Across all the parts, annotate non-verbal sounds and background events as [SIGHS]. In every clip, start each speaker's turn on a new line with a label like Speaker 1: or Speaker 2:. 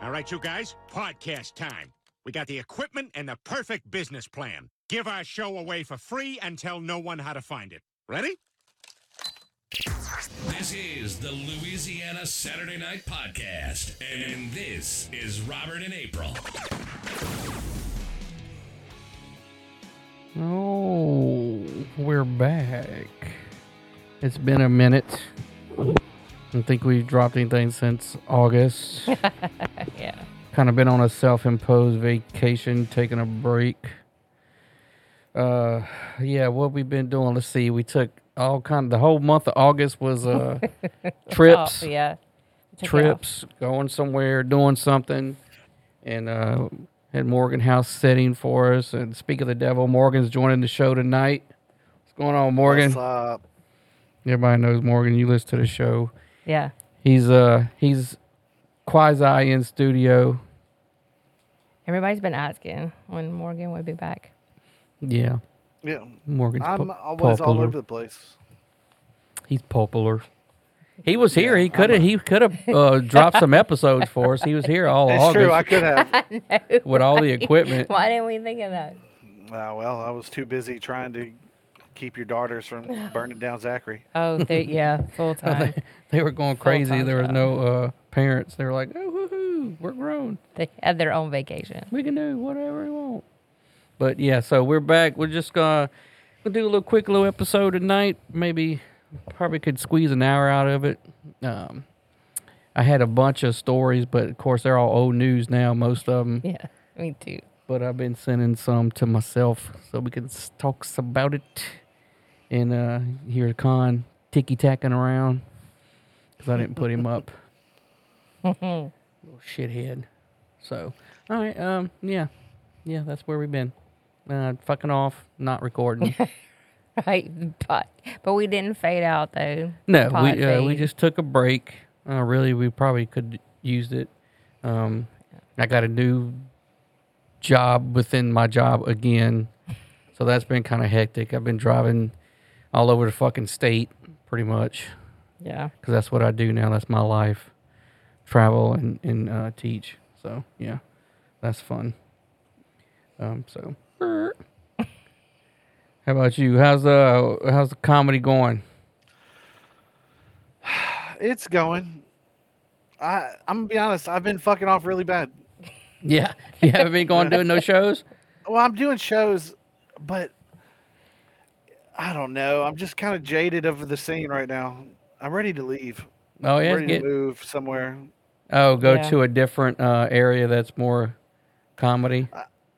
Speaker 1: All right, you guys, podcast time. We got the equipment and the perfect business plan. Give our show away for free and tell no one how to find it. Ready?
Speaker 2: This is the Louisiana Saturday Night Podcast, and this is Robert and April.
Speaker 3: Oh, we're back. It's been a minute. I don't think we've dropped anything since August.
Speaker 4: [LAUGHS] Yeah.
Speaker 3: kind of been on a self-imposed vacation, taking a break. Uh, yeah, what we've been doing? Let's see. We took all kind. the whole month of August
Speaker 4: [LAUGHS]
Speaker 3: was uh trips,
Speaker 4: Oh, yeah. Check it out.
Speaker 3: trips, going somewhere, doing something, and uh had Morgan House setting for us. And speak of the devil, Morgan's joining the show tonight. What's going on, Morgan?
Speaker 5: What's up?
Speaker 3: Everybody knows Morgan. You listen to the show.
Speaker 4: Yeah.
Speaker 3: He's uh he's quasi in studio.
Speaker 4: Everybody's been asking when Morgan would be back.
Speaker 3: Yeah,
Speaker 5: Yeah,
Speaker 3: Morgan's pu-
Speaker 5: I'm always all
Speaker 3: popular.
Speaker 5: over the place.
Speaker 3: He's popular. He was here. he could have. He could have uh, dropped some episodes for us. He was here
Speaker 5: [LAUGHS]
Speaker 3: all
Speaker 5: It's
Speaker 3: August
Speaker 5: true. I could have.
Speaker 3: with all the
Speaker 5: [LAUGHS]
Speaker 3: equipment.
Speaker 4: Why didn't we think of that?
Speaker 5: Ah, well, I was too busy trying to keep your daughters from burning down Zachary.
Speaker 4: Oh, they, yeah, full
Speaker 3: [LAUGHS]
Speaker 4: time.
Speaker 3: They were going crazy.
Speaker 4: time
Speaker 3: There was
Speaker 4: job.
Speaker 3: no uh, parents. They were like, "Oh, woohoo! We're grown.
Speaker 4: they had their own vacation.
Speaker 3: [LAUGHS] We can do whatever we want." But yeah, so we're back. We're just gonna we'll do a little quick little episode tonight. Maybe probably could squeeze an hour out of it. Um, I had a bunch of stories, but of course they're all old news now. Most of them.
Speaker 4: Yeah, me too.
Speaker 3: but I've been sending some to myself so we can s- talk s- about it and uh, hear Khan ticky tacking around because I didn't put him up. Little shithead. So, all right, um, yeah, yeah, that's where we've been. Uh, fucking off, not recording.
Speaker 4: Right, but but we didn't fade out though.
Speaker 3: No,
Speaker 4: Pod
Speaker 3: we uh, we
Speaker 4: fade.
Speaker 3: just took a break. Uh, really, we probably could used it. Um, I got a new job within my job again, so that's been kind of hectic. I've been driving all over the fucking state, pretty much,
Speaker 4: yeah.
Speaker 3: because that's what I do now. That's my life, travel and and uh, teach. So yeah, that's fun. Um, so er. how about you? How's the how's the comedy going?
Speaker 5: It's going. I I'm gonna be honest. I've been fucking off really bad.
Speaker 3: Yeah, [LAUGHS] you haven't been going doing no shows.
Speaker 5: Well, I'm doing shows, but I don't know. I'm just kind of jaded of the scene right now. I'm ready to leave.
Speaker 3: Oh
Speaker 5: I'm
Speaker 3: yeah,
Speaker 5: ready
Speaker 3: get,
Speaker 5: to move somewhere.
Speaker 3: oh go
Speaker 4: Yeah.
Speaker 3: to a different uh, area that's more comedy.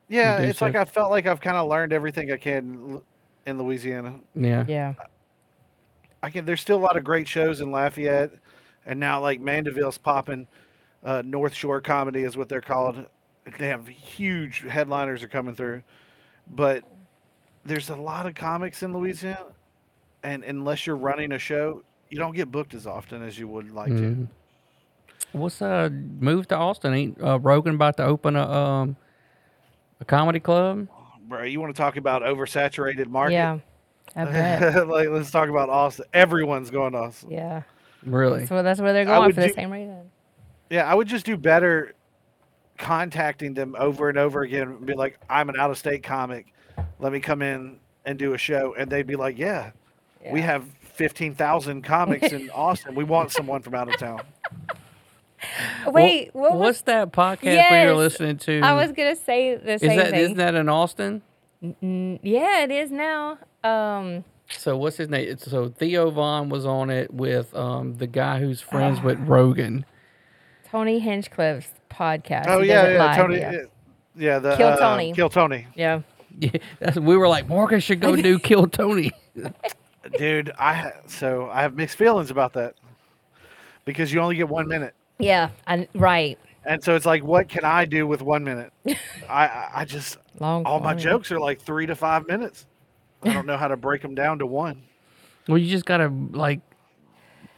Speaker 5: Yeah,
Speaker 3: do
Speaker 5: it's like
Speaker 3: stuff.
Speaker 5: I felt like I've kind of learned everything I can in Lu- in Louisiana.
Speaker 3: Yeah,
Speaker 4: Yeah.
Speaker 5: I can. There's still a lot of great shows in Lafayette, and now like Mandeville's popping. Uh, North Shore comedy is what they're called. They have huge headliners are coming through, but there's a lot of comics in Louisiana, and unless you're running a show, you don't get booked as often as you would like to.
Speaker 3: Mhm. What's uh move to Austin? Ain't uh, Rogan about to open a um a comedy club?
Speaker 5: Bro, you want to talk about oversaturated market?
Speaker 4: Yeah.
Speaker 5: [LAUGHS]
Speaker 4: I bet.
Speaker 5: like let's talk about Austin. Everyone's going to Austin.
Speaker 4: yeah.
Speaker 3: Really?
Speaker 4: So that's where they're
Speaker 5: I
Speaker 4: going
Speaker 5: would
Speaker 4: for the
Speaker 5: do-
Speaker 4: same reason.
Speaker 5: Yeah, I would just do better contacting them over and over again and be like, I'm an out of state comic. Let me come in and do a show. And they'd be like, Yeah, we
Speaker 4: Yeah.
Speaker 5: have 15,000
Speaker 4: [LAUGHS]
Speaker 5: comics in Austin. We want someone from out of town.
Speaker 3: Well,
Speaker 4: Wait, what was?
Speaker 3: what's that podcast we were
Speaker 4: Yes,
Speaker 3: listening to?
Speaker 4: I was gonna say the
Speaker 3: Is
Speaker 4: same
Speaker 3: that
Speaker 4: thing.
Speaker 3: not that in Austin?
Speaker 4: Mm, yeah, it is now. Um,
Speaker 3: So what's his name? It's- So Theo Vaughn was on it with um the guy who's friends
Speaker 4: Ah.
Speaker 3: with Rogan. [LAUGHS]
Speaker 4: Tony Hinchcliffe's podcast.
Speaker 5: oh,
Speaker 4: He
Speaker 5: yeah,
Speaker 4: does it
Speaker 5: yeah,
Speaker 4: live,
Speaker 5: Tony.
Speaker 4: Yeah.
Speaker 5: Yeah, the
Speaker 4: Kill
Speaker 5: uh,
Speaker 4: Tony.
Speaker 5: Kill Tony.
Speaker 4: yeah.
Speaker 3: Yeah, that's, we were like Morgan should
Speaker 4: [LAUGHS]
Speaker 3: go do Kill Tony.
Speaker 5: Dude, I ha- so I have mixed feelings about that because you only get one minute.
Speaker 4: Yeah, and right.
Speaker 5: And so it's like, what can I do with
Speaker 4: [LAUGHS]
Speaker 5: one minute? I- I, I just,
Speaker 4: Long.
Speaker 5: all my
Speaker 4: form.
Speaker 5: jokes are like three to five minutes. I don't know how to break them down to one.
Speaker 3: Well, you just gotta like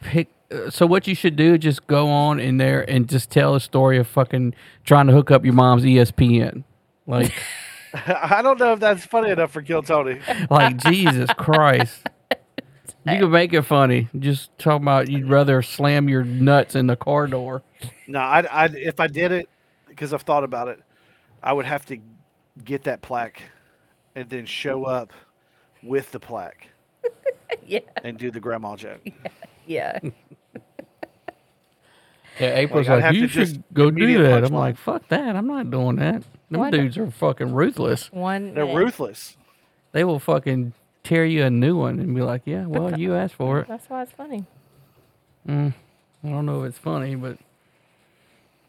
Speaker 3: pick. uh, So what you should do, just go on in there and just tell a story of fucking trying to hook up your mom's E ESPN.
Speaker 4: [LAUGHS]
Speaker 3: Like,
Speaker 5: I don't know if that's funny enough for Kill Tony.
Speaker 3: like Jesus Christ. You can make it funny. Just talk about you'd rather slam your nuts in the car door.
Speaker 5: No, I, I if I did it, because I've thought about it. I would have to get that plaque and then show up with the plaque
Speaker 4: yeah,
Speaker 5: and do the grandma joke. [LAUGHS]
Speaker 4: yeah.
Speaker 3: Yeah, April's
Speaker 5: I'd
Speaker 3: like,
Speaker 5: have
Speaker 3: you
Speaker 5: to
Speaker 3: should
Speaker 5: just
Speaker 3: go do
Speaker 5: immediate
Speaker 3: that. I'm
Speaker 5: punchline.
Speaker 3: like, fuck that. I'm not doing that. Them
Speaker 4: Why not?
Speaker 3: dudes are fucking ruthless.
Speaker 4: One.
Speaker 5: They're
Speaker 4: day.
Speaker 5: ruthless.
Speaker 3: They will fucking tear you a new one and be like, yeah, well, you asked for it.
Speaker 4: That's why it's funny.
Speaker 3: I don't know if it's funny, but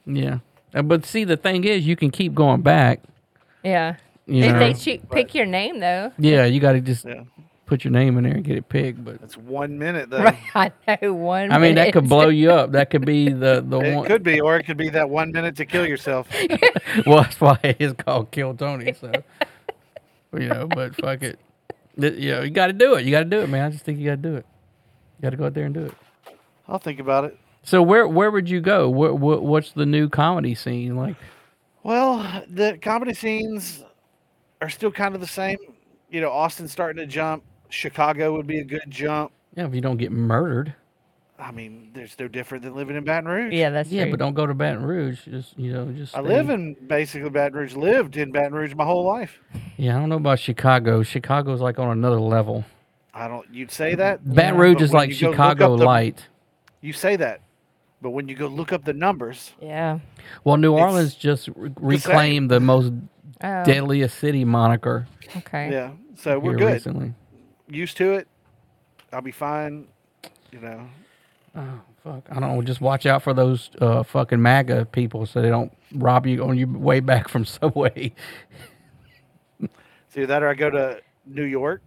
Speaker 3: yeah. Uh, But see, the thing is, you can keep going back.
Speaker 4: Yeah.
Speaker 3: You
Speaker 4: If
Speaker 3: know?
Speaker 4: they choo- pick your name though, [LAUGHS]
Speaker 3: yeah, you got to just
Speaker 5: Yeah.
Speaker 3: put your name in there and get it picked. But
Speaker 5: That's one minute though.
Speaker 4: I know one.
Speaker 3: I mean, that could
Speaker 4: minute.
Speaker 3: blow you up. That could be the the
Speaker 5: It
Speaker 3: one. [LAUGHS]
Speaker 5: could be, or it could be that one minute to kill yourself.
Speaker 3: Well, that's why it's called Kill Tony. So, you know, but fuck it. Th- You know, you got to do it. You got to do it, man. I just think you got to do it. You got to go out there and do it.
Speaker 5: I'll think about it.
Speaker 3: So where where would you go? What, what what's the new comedy scene like?
Speaker 5: Well, the comedy scenes are still kind of the same. You know, Austin's starting to jump. Chicago would be a good jump.
Speaker 3: Yeah, if you don't get murdered.
Speaker 5: I mean, there's no different than living in Baton
Speaker 4: [LAUGHS]
Speaker 5: Rouge.
Speaker 4: Yeah, that's
Speaker 3: Yeah,
Speaker 4: true.
Speaker 3: but don't go to Baton Rouge. Just you know, just
Speaker 5: I live
Speaker 3: stay-
Speaker 5: in basically Baton Rouge. Lived in Baton Rouge my whole life.
Speaker 3: Yeah, I don't know about Chicago. Chicago's like on another level.
Speaker 5: I don't. You'd say that
Speaker 3: Mm-hmm. Baton
Speaker 5: but
Speaker 3: Rouge is
Speaker 5: when
Speaker 3: like
Speaker 5: you go look
Speaker 3: Chicago
Speaker 5: up the-
Speaker 3: light.
Speaker 5: You say that, but when you go look up the numbers,
Speaker 4: yeah.
Speaker 3: Well, New
Speaker 5: it's
Speaker 3: Orleans just re- reclaimed the most
Speaker 5: [LAUGHS]
Speaker 4: Oh,
Speaker 3: deadliest city moniker
Speaker 4: okay.
Speaker 5: yeah. So we're
Speaker 3: here
Speaker 5: good.
Speaker 3: recently.
Speaker 5: Used to it. I'll be fine. You know.
Speaker 3: Oh fuck! I don't know. Just watch out for those uh, fucking MAGA people, so they don't rob you on your way back from Subway.
Speaker 5: It's either that or I go to New York.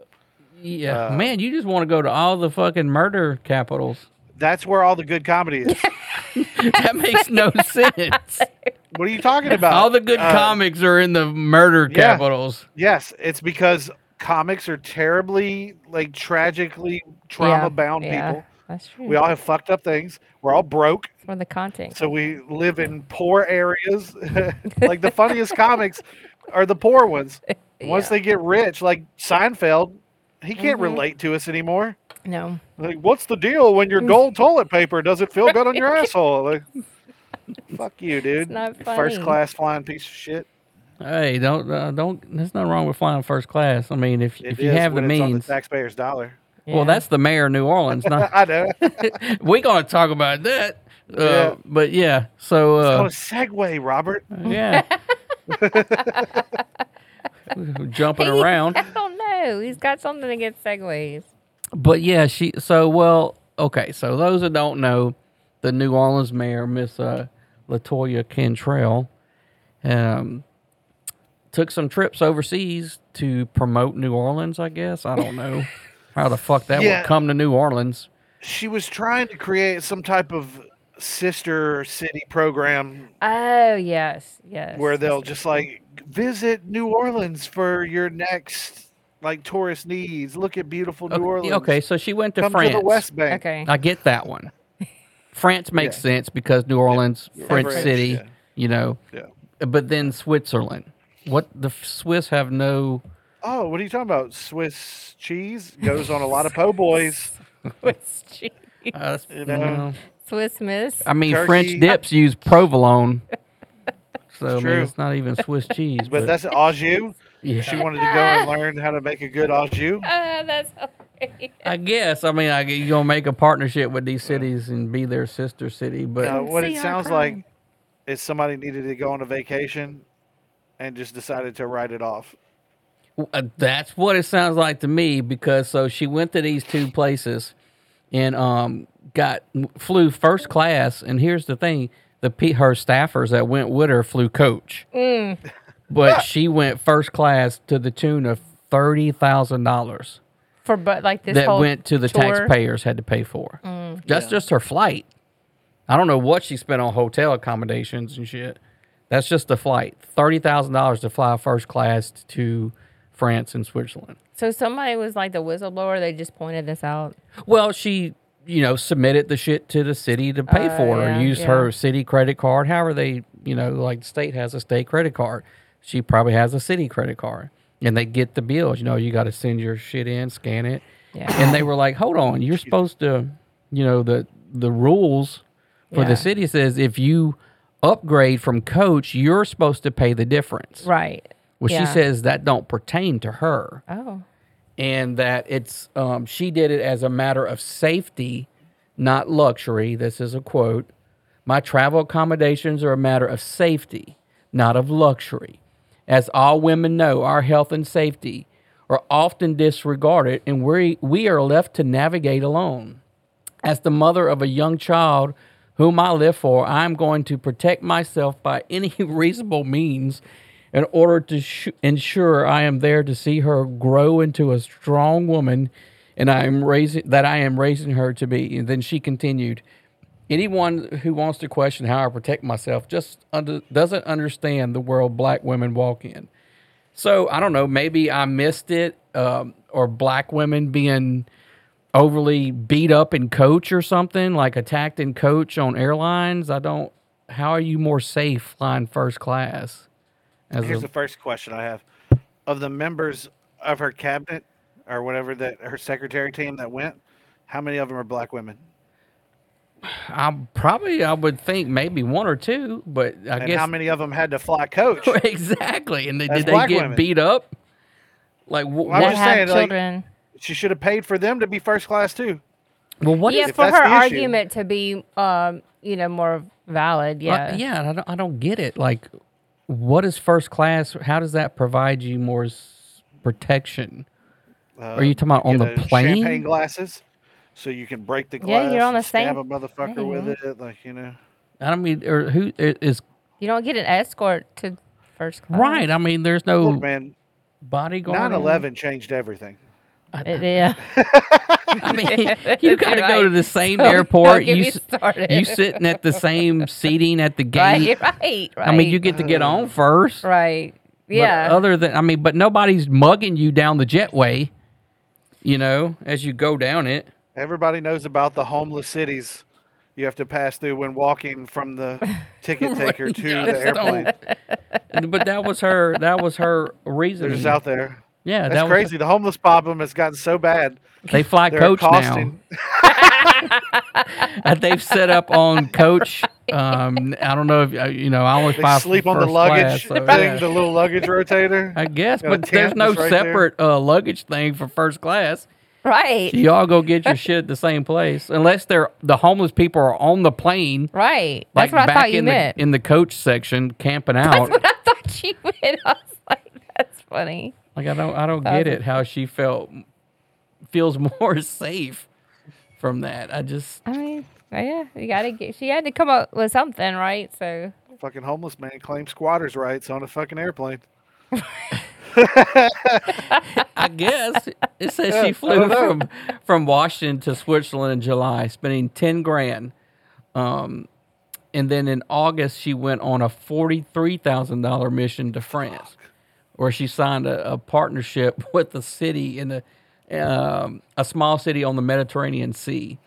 Speaker 5: Uh,
Speaker 3: Yeah, man, you just want to go to all the fucking murder capitals. [LAUGHS]
Speaker 5: That's where all the good comedy is.
Speaker 3: That makes
Speaker 5: [LAUGHS]
Speaker 3: no sense.
Speaker 5: what are you talking about?
Speaker 3: all the good
Speaker 5: Uh,
Speaker 3: comics are in the murder
Speaker 5: yeah.
Speaker 3: capitals.
Speaker 5: Yes, it's because comics are terribly, like, tragically trauma-bound
Speaker 4: yeah, Hmm.
Speaker 5: people.
Speaker 4: That's true.
Speaker 5: We all have fucked up things. We're all broke.
Speaker 4: for the content.
Speaker 5: So we live in poor areas. [LAUGHS] like the funniest comics are the
Speaker 4: [LAUGHS]
Speaker 5: poor ones. Once
Speaker 4: Yeah.
Speaker 5: they get rich, like Seinfeld, he can't
Speaker 4: Mhm.
Speaker 5: relate to us anymore.
Speaker 4: no.
Speaker 5: Like, what's the deal when
Speaker 4: [LAUGHS]
Speaker 5: your gold toilet paper doesn't feel good on your asshole? Like, fuck you, dude.
Speaker 4: not
Speaker 5: You First
Speaker 4: funny.
Speaker 5: class flying piece of shit.
Speaker 3: Hey, don't uh, don't. There's nothing wrong with flying first class. I mean, if
Speaker 5: It
Speaker 3: if you
Speaker 5: is
Speaker 3: have the
Speaker 5: when it's on
Speaker 3: means.
Speaker 5: the taxpayer's dollar.
Speaker 4: Yeah.
Speaker 3: Well, that's the mayor of New Orleans.
Speaker 5: [LAUGHS]
Speaker 3: Not,
Speaker 5: I know. It's
Speaker 3: we're gonna talk about that. Uh,
Speaker 5: Yeah.
Speaker 3: But yeah, so uh,
Speaker 5: called a segue, Robert. [LAUGHS]
Speaker 3: Yeah. Jumping
Speaker 4: [LAUGHS]
Speaker 3: around.
Speaker 4: I don't know. He's got something against segways.
Speaker 3: But yeah, she so well, okay, so those that don't know, the New Orleans mayor, Miss uh, Latoya Cantrell, um took some trips overseas to promote New Orleans, I guess. I don't know how the fuck that
Speaker 5: Yeah.
Speaker 3: would come to New Orleans.
Speaker 5: She was trying to create some type of sister city program
Speaker 4: Oh yes, yes.
Speaker 5: where they'll just like visit New Orleans for your next like tourist needs. Look at beautiful New
Speaker 3: Okay,
Speaker 5: Orleans.
Speaker 3: okay, so she went to
Speaker 5: come
Speaker 3: France.
Speaker 5: to the West Bank.
Speaker 4: okay. [LAUGHS]
Speaker 3: I get that one. France makes
Speaker 5: Yeah.
Speaker 3: sense because New Orleans, French
Speaker 5: French,
Speaker 3: city,
Speaker 5: yeah.
Speaker 3: you know.
Speaker 5: Yeah.
Speaker 3: But then Switzerland. What the f- Swiss have
Speaker 5: [LAUGHS]
Speaker 3: no.
Speaker 5: Oh, what are you talking about? Swiss cheese goes on a lot of
Speaker 3: [LAUGHS]
Speaker 5: po' boys.
Speaker 4: Swiss cheese.
Speaker 3: Uh,
Speaker 5: You
Speaker 3: you
Speaker 5: know.
Speaker 3: know,
Speaker 4: Swiss Miss.
Speaker 3: I mean,
Speaker 5: Turkey.
Speaker 3: French dips use
Speaker 5: [LAUGHS]
Speaker 3: provolone. So I mean,
Speaker 5: True.
Speaker 3: it's not even Swiss
Speaker 5: [LAUGHS]
Speaker 3: cheese. But,
Speaker 5: But that's an au jus.
Speaker 3: yeah.
Speaker 5: She wanted to go and learn how to make a good
Speaker 4: [LAUGHS]
Speaker 5: au jus.
Speaker 4: Ah, that's hilarious.
Speaker 3: I guess. I mean, I, g- you're gonna make a partnership with these cities and be their sister city, but
Speaker 5: Uh, what
Speaker 4: see
Speaker 5: it
Speaker 4: her
Speaker 5: sounds
Speaker 4: crying.
Speaker 5: like is somebody needed to go on a vacation and just decided to write it off.
Speaker 3: Uh, that's what it sounds like to me because so she went to these two places and um got flew first class and here's the thing the pe- her staffers that went with her flew coach
Speaker 5: Mm. [LAUGHS]
Speaker 3: but she went first class to the tune of thirty thousand dollars
Speaker 4: for but like this
Speaker 3: that
Speaker 4: whole
Speaker 3: went to the
Speaker 4: tour. Mm,
Speaker 3: taxpayers had to pay for that's just her flight I don't know what she spent on hotel accommodations and shit that's just the flight thirty thousand dollars to fly first class to France and Switzerland.
Speaker 4: So somebody was like the whistleblower. They just pointed this out.
Speaker 3: Well, she, you know, submitted the shit to the city to pay
Speaker 4: Oh,
Speaker 3: for
Speaker 4: yeah,
Speaker 3: or used
Speaker 4: yeah.
Speaker 3: her city credit card. However, they, you know, like the state has a state credit card. She probably has a city credit card. And they get the bills. You know, you got to send your shit in, scan it.
Speaker 4: Yeah.
Speaker 3: And they were like, hold on, you're supposed to, you know, the, the rules for
Speaker 4: Yeah.
Speaker 3: the city says if you upgrade from coach, you're supposed to pay the difference.
Speaker 4: Right.
Speaker 3: Well,
Speaker 4: yeah.
Speaker 3: she says that don't pertain to her,
Speaker 4: Oh.
Speaker 3: and that it's um, she did it as a matter of safety, not luxury. This is a quote. My travel accommodations are a matter of safety, not of luxury. As all women know, our health and safety are often disregarded, and we we are left to navigate alone. As the mother of a young child whom I live for, I am going to protect myself by [LAUGHS] any reasonable means in order to sh- ensure I am there to see her grow into a strong woman and I am raising that I am raising her to be. And then she continued, anyone who wants to question how I protect myself just under, doesn't understand the world black women walk in. So I don't know. Maybe I missed it, um, or black women being overly beat up in coach or something, like attacked in coach on airlines. I don't. How are you more safe flying first class? As
Speaker 5: Here's
Speaker 3: a-
Speaker 5: the first question I have: Of the members of her cabinet or whatever that her secretary team that went, how many of them are black women?
Speaker 3: I'm probably I would think maybe one or two, but I
Speaker 5: And
Speaker 3: guess
Speaker 5: how many of them had to fly coach?
Speaker 3: [LAUGHS] exactly. And they,
Speaker 5: That's
Speaker 3: did they
Speaker 5: black
Speaker 3: get
Speaker 5: women.
Speaker 3: beat up? Like wh-
Speaker 5: I'm
Speaker 4: That
Speaker 3: what?
Speaker 5: just
Speaker 4: have
Speaker 5: saying, like-
Speaker 4: children.
Speaker 5: she should have paid for them to be first class too.
Speaker 3: Well, what
Speaker 4: yeah,
Speaker 3: is-
Speaker 5: if
Speaker 4: for
Speaker 5: that's
Speaker 4: her
Speaker 5: the issue?
Speaker 4: argument to be, um, you know, more valid. Yeah.
Speaker 3: Uh, yeah, and I don't, I don't get it. Like, what is first class? How does that provide you more s- protection? Are you talking about on
Speaker 5: Uh, get
Speaker 3: the
Speaker 5: a Champagne
Speaker 3: plane?
Speaker 5: glasses, so you can break the glass.
Speaker 4: Yeah, you're on
Speaker 5: and
Speaker 4: the
Speaker 5: stab
Speaker 4: same
Speaker 5: a motherfucker with it, like you know.
Speaker 3: I don't mean, or who i- is
Speaker 4: You don't get an escort to first class.
Speaker 3: right? I mean, there's no
Speaker 5: Look, man,
Speaker 3: bodyguard.
Speaker 5: 9/11 changed everything.
Speaker 4: It- yeah.
Speaker 3: I mean, [LAUGHS] you got to go to
Speaker 4: Right.
Speaker 3: [LAUGHS] the same
Speaker 4: Don't- don't
Speaker 3: airport.
Speaker 4: get
Speaker 3: you
Speaker 4: me
Speaker 3: s-
Speaker 4: started.
Speaker 3: you sitting at the same seating at the gate.
Speaker 4: [LAUGHS] Right. Right. Right.
Speaker 3: I mean, you get to get on first.
Speaker 4: Right.
Speaker 3: but
Speaker 4: Yeah.
Speaker 3: other than, I mean, but nobody's mugging you down the jetway. You know, as you go down it.
Speaker 5: Everybody knows about the homeless cities you have to pass through when walking from the ticket taker to the airplane.
Speaker 3: but that was her. That was her
Speaker 5: They're
Speaker 3: reason.
Speaker 5: just out there.
Speaker 3: Yeah,
Speaker 5: That's
Speaker 3: that was-
Speaker 5: crazy. The homeless problem has gotten so bad.
Speaker 3: They fly
Speaker 5: They're
Speaker 3: coach
Speaker 5: accosting.
Speaker 3: now. [LAUGHS] Uh, They've set up on coach. Um, I don't know if uh, you know. I only
Speaker 5: They
Speaker 3: fly
Speaker 5: sleep on the
Speaker 3: first
Speaker 5: luggage [LAUGHS]
Speaker 3: class, so,
Speaker 5: thing,
Speaker 3: yeah.
Speaker 5: the
Speaker 3: [LAUGHS]
Speaker 5: little luggage rotator.
Speaker 3: I guess,
Speaker 5: Got a
Speaker 3: but there's no
Speaker 5: tent right there.
Speaker 3: separate uh, luggage thing for first class.
Speaker 4: right.
Speaker 3: Y'all go get your shit at the same place, unless they're the homeless people are on the plane.
Speaker 4: Right. That's
Speaker 3: like
Speaker 4: what I
Speaker 3: back
Speaker 4: thought you
Speaker 3: in
Speaker 4: meant.
Speaker 3: the in the coach section, camping out.
Speaker 4: [LAUGHS] I thought you meant. I was like, that's funny.
Speaker 3: Like I don't I don't get it how she felt feels [LAUGHS] more safe from that. I just
Speaker 4: I mean, oh, yeah, you gotta get. She had to come up with something, right? So
Speaker 5: Fucking homeless man claims squatters' rights on a fucking airplane.
Speaker 3: I guess it says
Speaker 5: Yeah, I
Speaker 3: she flew
Speaker 5: don't know.
Speaker 3: from from Washington to Switzerland in July, spending ten grand. Um, and then in August she went on a forty three thousand dollar mission to France, where she signed a, a partnership [LAUGHS] with the city in a um, a small city on the Mediterranean Sea.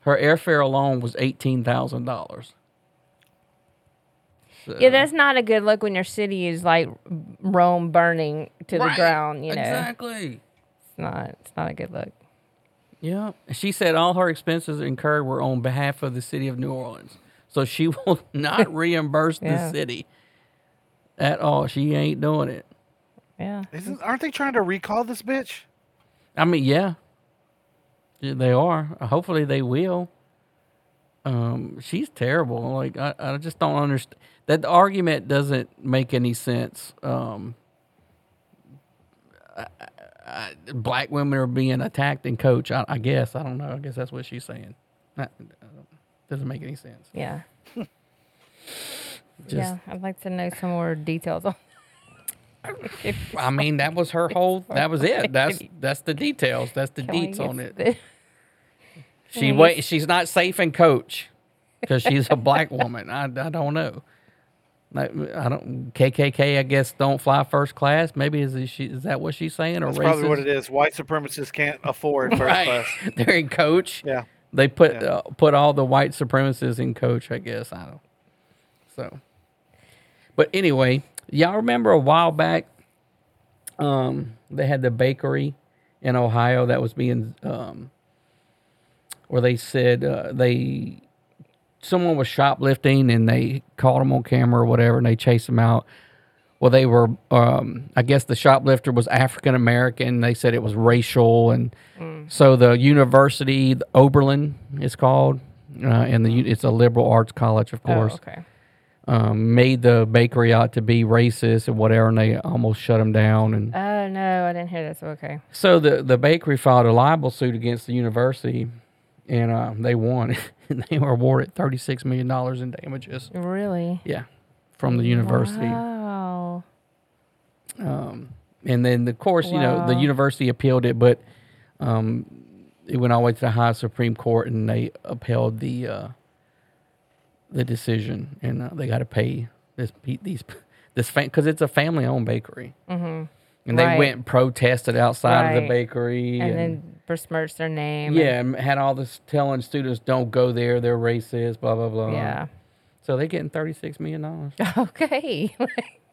Speaker 3: Her airfare alone was eighteen thousand dollars.
Speaker 4: yeah, that's not a good look when your city is like Rome burning to the ground. You know,
Speaker 3: exactly.
Speaker 4: it's not. It's not a good look.
Speaker 3: Yeah. She said all her expenses incurred were on behalf of the city of New Orleans. So she [LAUGHS] will not reimburse
Speaker 4: Yeah.
Speaker 3: the city at all. She ain't doing it.
Speaker 4: Yeah.
Speaker 5: Isn't, aren't they trying to recall this bitch?
Speaker 3: I mean, yeah. Yeah, They are. Hopefully they will. Um, she's terrible. Like I, I just don't understand that argument doesn't make any sense. Um I- I- I- Black women are being attacked and coach. I, I guess I don't know. I guess that's what she's saying. That- uh, doesn't make any sense.
Speaker 4: Yeah.
Speaker 3: [LAUGHS] Just,
Speaker 4: yeah. I'd like to know some more details on. [LAUGHS]
Speaker 3: I mean, that was her whole. That was it. [LAUGHS] That's that's the details. That's the
Speaker 4: Can we
Speaker 3: deets
Speaker 4: get
Speaker 3: on it.
Speaker 4: the-
Speaker 3: She wait. She's not safe in coach because she's a black woman. I, I don't know. Like, I don't KKK. I guess don't fly first class. Maybe is it- she is that what she's saying or
Speaker 5: That's
Speaker 3: racist?
Speaker 5: probably what it is. White supremacists can't afford first
Speaker 3: Right.
Speaker 5: class.
Speaker 3: [LAUGHS] They're in coach.
Speaker 5: Yeah.
Speaker 3: They put
Speaker 5: Yeah.
Speaker 3: uh, put all the white supremacists in coach. I guess I don't. So, but anyway, y'all remember a while back, um, they had the bakery in Ohio that was being um, where they said uh, they someone was shoplifting and they caught him on camera or whatever and they chased him out. Well, they were, um, I guess the shoplifter was African American. They said it was racial. And
Speaker 4: Mm.
Speaker 3: so the university, the Oberlin, is called, uh, and the, u- it's a liberal arts college, of course,
Speaker 4: Oh, okay.
Speaker 3: um, made the bakery out to be racist and whatever. And they almost shut him down. And
Speaker 4: Oh no, I didn't hear this. Okay.
Speaker 3: so the, the bakery filed a libel suit against the university, and uh, they won. [LAUGHS] and they were awarded thirty six million dollars in damages.
Speaker 4: Really? Oh.
Speaker 3: Yeah, from the university.
Speaker 4: Wow.
Speaker 3: And then, of course, you know the
Speaker 4: Wow.
Speaker 3: university appealed it, but um, it went all the way to the high Supreme Court, and they upheld the uh, the decision, and uh, they got to pay this pe- these [LAUGHS] this because it's a family owned bakery. Mm-hmm. And they
Speaker 4: Right.
Speaker 3: went and protested outside of the
Speaker 4: Right.
Speaker 3: bakery,
Speaker 4: And then besmirched their name. and-
Speaker 3: Yeah, and had all this telling students don't go there, they're racist, blah blah blah.
Speaker 4: yeah. [LAUGHS]
Speaker 3: So they getting thirty six million dollars
Speaker 4: Okay.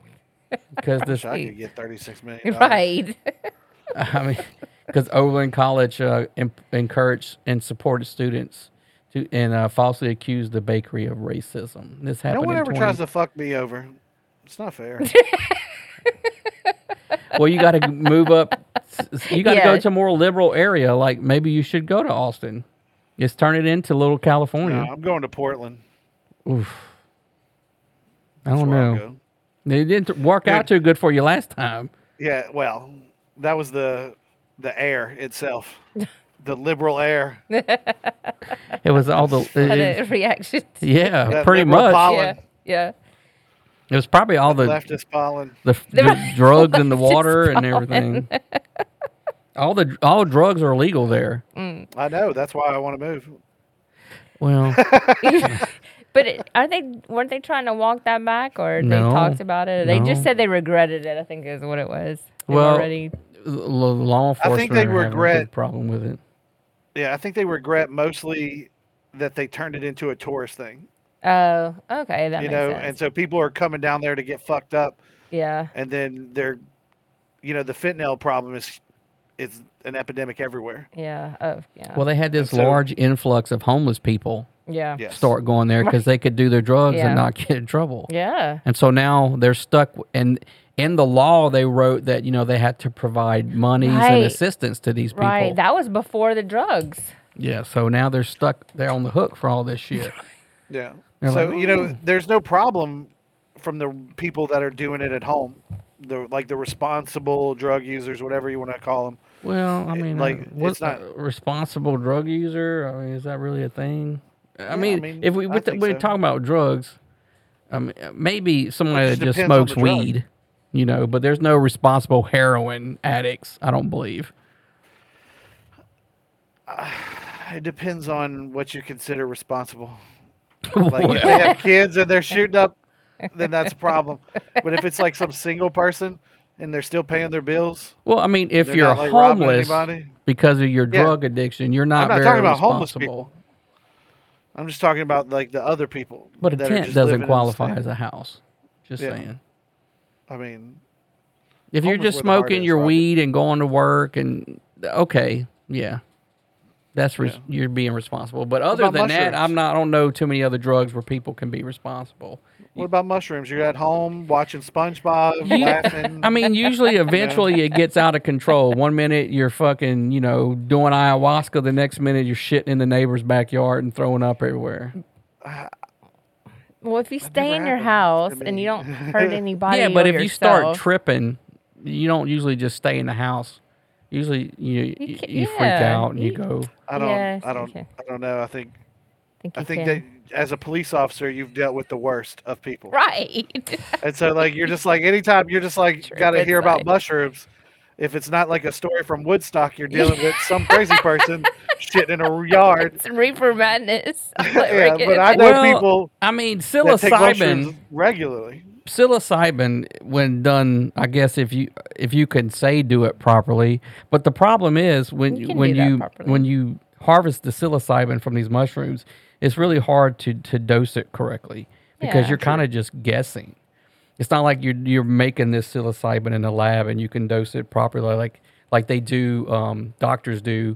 Speaker 4: [LAUGHS]
Speaker 3: because this,
Speaker 5: I could get 36 million.
Speaker 4: right. [LAUGHS]
Speaker 3: [LAUGHS] I mean, because Overland College uh, em- encouraged and supported students to and uh, falsely accused the bakery of racism. This
Speaker 5: No
Speaker 3: happened.
Speaker 5: one
Speaker 3: in
Speaker 5: ever
Speaker 3: 20
Speaker 5: tries to fuck me over. It's not
Speaker 3: [LAUGHS]
Speaker 5: fair.
Speaker 3: Well, you got to move up. s- s- You got to go
Speaker 4: Yeah.
Speaker 3: to a more liberal area. Like maybe you should go to Austin. Just turn it into Little
Speaker 5: No,
Speaker 3: California.
Speaker 5: I'm going to Portland.
Speaker 3: I
Speaker 4: Oh,
Speaker 3: don't
Speaker 5: where I'll
Speaker 3: know.
Speaker 5: go.
Speaker 3: It didn't work out too good for you last time.
Speaker 5: Yeah, well, that was the the air
Speaker 4: [LAUGHS]
Speaker 5: itself, the liberal air.
Speaker 3: It was all the. it-
Speaker 4: Had
Speaker 3: it-
Speaker 4: a reaction. to-
Speaker 3: Yeah,
Speaker 5: That
Speaker 3: pretty
Speaker 5: liberal
Speaker 3: much.
Speaker 5: Pollen,
Speaker 4: Yeah. Yeah.
Speaker 3: It was probably all the the,
Speaker 5: leftist pollen.
Speaker 4: [LAUGHS]
Speaker 3: the drugs and the water and everything.
Speaker 4: [LAUGHS]
Speaker 3: all the all drugs are illegal there.
Speaker 4: Mm.
Speaker 5: I know. That's why I want to move.
Speaker 4: [LAUGHS]
Speaker 3: Well,
Speaker 4: But it, are they weren't they trying to walk that back, or
Speaker 3: No.
Speaker 4: they talked about it? Or they
Speaker 3: No.
Speaker 4: just said they regretted it. I think is what it was. They were
Speaker 3: Well,
Speaker 4: already
Speaker 3: l- l- law enforcement. are
Speaker 5: they
Speaker 3: having a big
Speaker 5: regret-
Speaker 3: problem with it.
Speaker 5: Yeah, I think they regret mostly that they turned it into a tourist thing.
Speaker 4: Oh, okay, that
Speaker 5: you
Speaker 4: makes
Speaker 5: know,
Speaker 4: sense.
Speaker 5: and so people are coming down there to get fucked up,
Speaker 4: yeah,
Speaker 5: and then they're, you know, the fentanyl problem is, is an epidemic everywhere.
Speaker 4: yeah, oh, yeah,
Speaker 3: Well, they had this
Speaker 5: so-
Speaker 3: large influx of homeless people
Speaker 4: yeah,
Speaker 5: Yes.
Speaker 3: start going there because they could do their drugs
Speaker 4: Yeah.
Speaker 3: and not get in trouble.
Speaker 4: yeah.
Speaker 3: And so now they're stuck. w- And in the law, they wrote that you know they had to provide monies and
Speaker 4: Right.
Speaker 3: assistance to these people.
Speaker 4: Right, that was before the drugs.
Speaker 3: yeah. So now they're stuck. They're on the hook for all this shit.
Speaker 5: Yeah.
Speaker 3: They're
Speaker 5: so
Speaker 3: like,
Speaker 5: you know, there's no problem from the people that are doing it at home, the like the responsible drug users, whatever you want to call them.
Speaker 3: Well, I mean,
Speaker 5: like,
Speaker 3: like, what's
Speaker 5: it's not-
Speaker 3: a responsible drug user? I mean, is that really a thing? I, mean,
Speaker 5: mean,
Speaker 3: if we
Speaker 5: I
Speaker 3: with the,
Speaker 5: think
Speaker 3: we're
Speaker 5: so.
Speaker 3: talking about drugs, I mean, maybe somebody
Speaker 5: just
Speaker 3: that just
Speaker 5: depends on
Speaker 3: smokes
Speaker 5: the drug.
Speaker 3: weed, you know, but there's no responsible heroin addicts. I don't believe.
Speaker 5: It depends on what you consider responsible.
Speaker 3: [LAUGHS]
Speaker 5: Like if they have kids and they're shooting up, then that's a problem. But if it's like some single person and they're still paying their bills,
Speaker 3: Well, I mean, if
Speaker 5: They're
Speaker 3: you're
Speaker 5: not, like, robbing
Speaker 3: homeless
Speaker 5: anybody?
Speaker 3: because of your
Speaker 5: Yeah.
Speaker 3: drug addiction, you're not,
Speaker 5: I'm not
Speaker 3: very
Speaker 5: talking about homeless
Speaker 3: responsible.
Speaker 5: I'm just talking about like the other people.
Speaker 3: But a
Speaker 5: that are
Speaker 3: tent
Speaker 5: just living
Speaker 3: doesn't
Speaker 5: in
Speaker 3: qualify
Speaker 5: the
Speaker 3: as a house. Just
Speaker 5: Yeah.
Speaker 3: saying.
Speaker 5: same- I mean,
Speaker 3: If you're
Speaker 5: Homeless
Speaker 3: just
Speaker 5: where the heart
Speaker 3: smoking
Speaker 5: is,
Speaker 3: your
Speaker 5: Robert.
Speaker 3: weed and going to work and okay, yeah, that's res- you're being responsible. But other
Speaker 5: about
Speaker 3: than that,
Speaker 5: mushrooms?
Speaker 3: I'm not. I don't know too many other drugs where people can be responsible.
Speaker 5: what about mushrooms? You're at home watching SpongeBob,
Speaker 3: You-
Speaker 5: laughing.
Speaker 3: I
Speaker 5: [LAUGHS]
Speaker 3: mean, usually, eventually, it gets out of control. One minute you're fucking, you know, doing ayahuasca. The next minute you're shitting in the neighbor's backyard and throwing up everywhere.
Speaker 4: Well, if you stay in your
Speaker 5: happened
Speaker 4: house
Speaker 5: to
Speaker 4: and
Speaker 5: me.
Speaker 4: you
Speaker 5: [LAUGHS]
Speaker 4: don't hurt anybody,
Speaker 3: yeah, but
Speaker 4: or
Speaker 3: if you start
Speaker 4: yourself-
Speaker 3: tripping, you don't usually just stay in the house. Usually, you you,
Speaker 4: You ca-
Speaker 3: freak
Speaker 4: yeah,
Speaker 3: out and you
Speaker 4: you-
Speaker 3: go.
Speaker 5: I don't.
Speaker 4: Yes,
Speaker 5: I don't.
Speaker 4: okay.
Speaker 5: I don't know. I think.
Speaker 4: think
Speaker 5: I
Speaker 4: you
Speaker 5: think
Speaker 4: can.
Speaker 5: that as a police officer, you've dealt with the worst of
Speaker 4: [LAUGHS]
Speaker 5: people. [LAUGHS]
Speaker 4: right.
Speaker 5: And so, like,
Speaker 4: [LAUGHS]
Speaker 5: you're just like anytime you're just like
Speaker 4: Sure,
Speaker 5: got to hear about
Speaker 4: bedside.
Speaker 5: mushrooms. If it's not like a story from Woodstock, you're dealing with some crazy
Speaker 4: [LAUGHS]
Speaker 5: person shitting in a yard.
Speaker 4: it's reefer madness.
Speaker 5: [LAUGHS] Yeah, but I know
Speaker 3: Well,
Speaker 5: people
Speaker 3: I mean,
Speaker 5: that take
Speaker 3: psilocybin.
Speaker 5: mushrooms regularly.
Speaker 3: psilocybin when done i guess if you if you can say do it properly but the problem is when
Speaker 4: You
Speaker 3: you
Speaker 4: can
Speaker 3: when
Speaker 4: do that
Speaker 3: you
Speaker 4: properly.
Speaker 3: when you harvest the psilocybin from these mushrooms it's really hard to to dose it correctly because
Speaker 4: Yeah.
Speaker 3: you're kind of just guessing it's not like you're you're making this psilocybin in the lab and you can dose it properly like like they do um, doctors do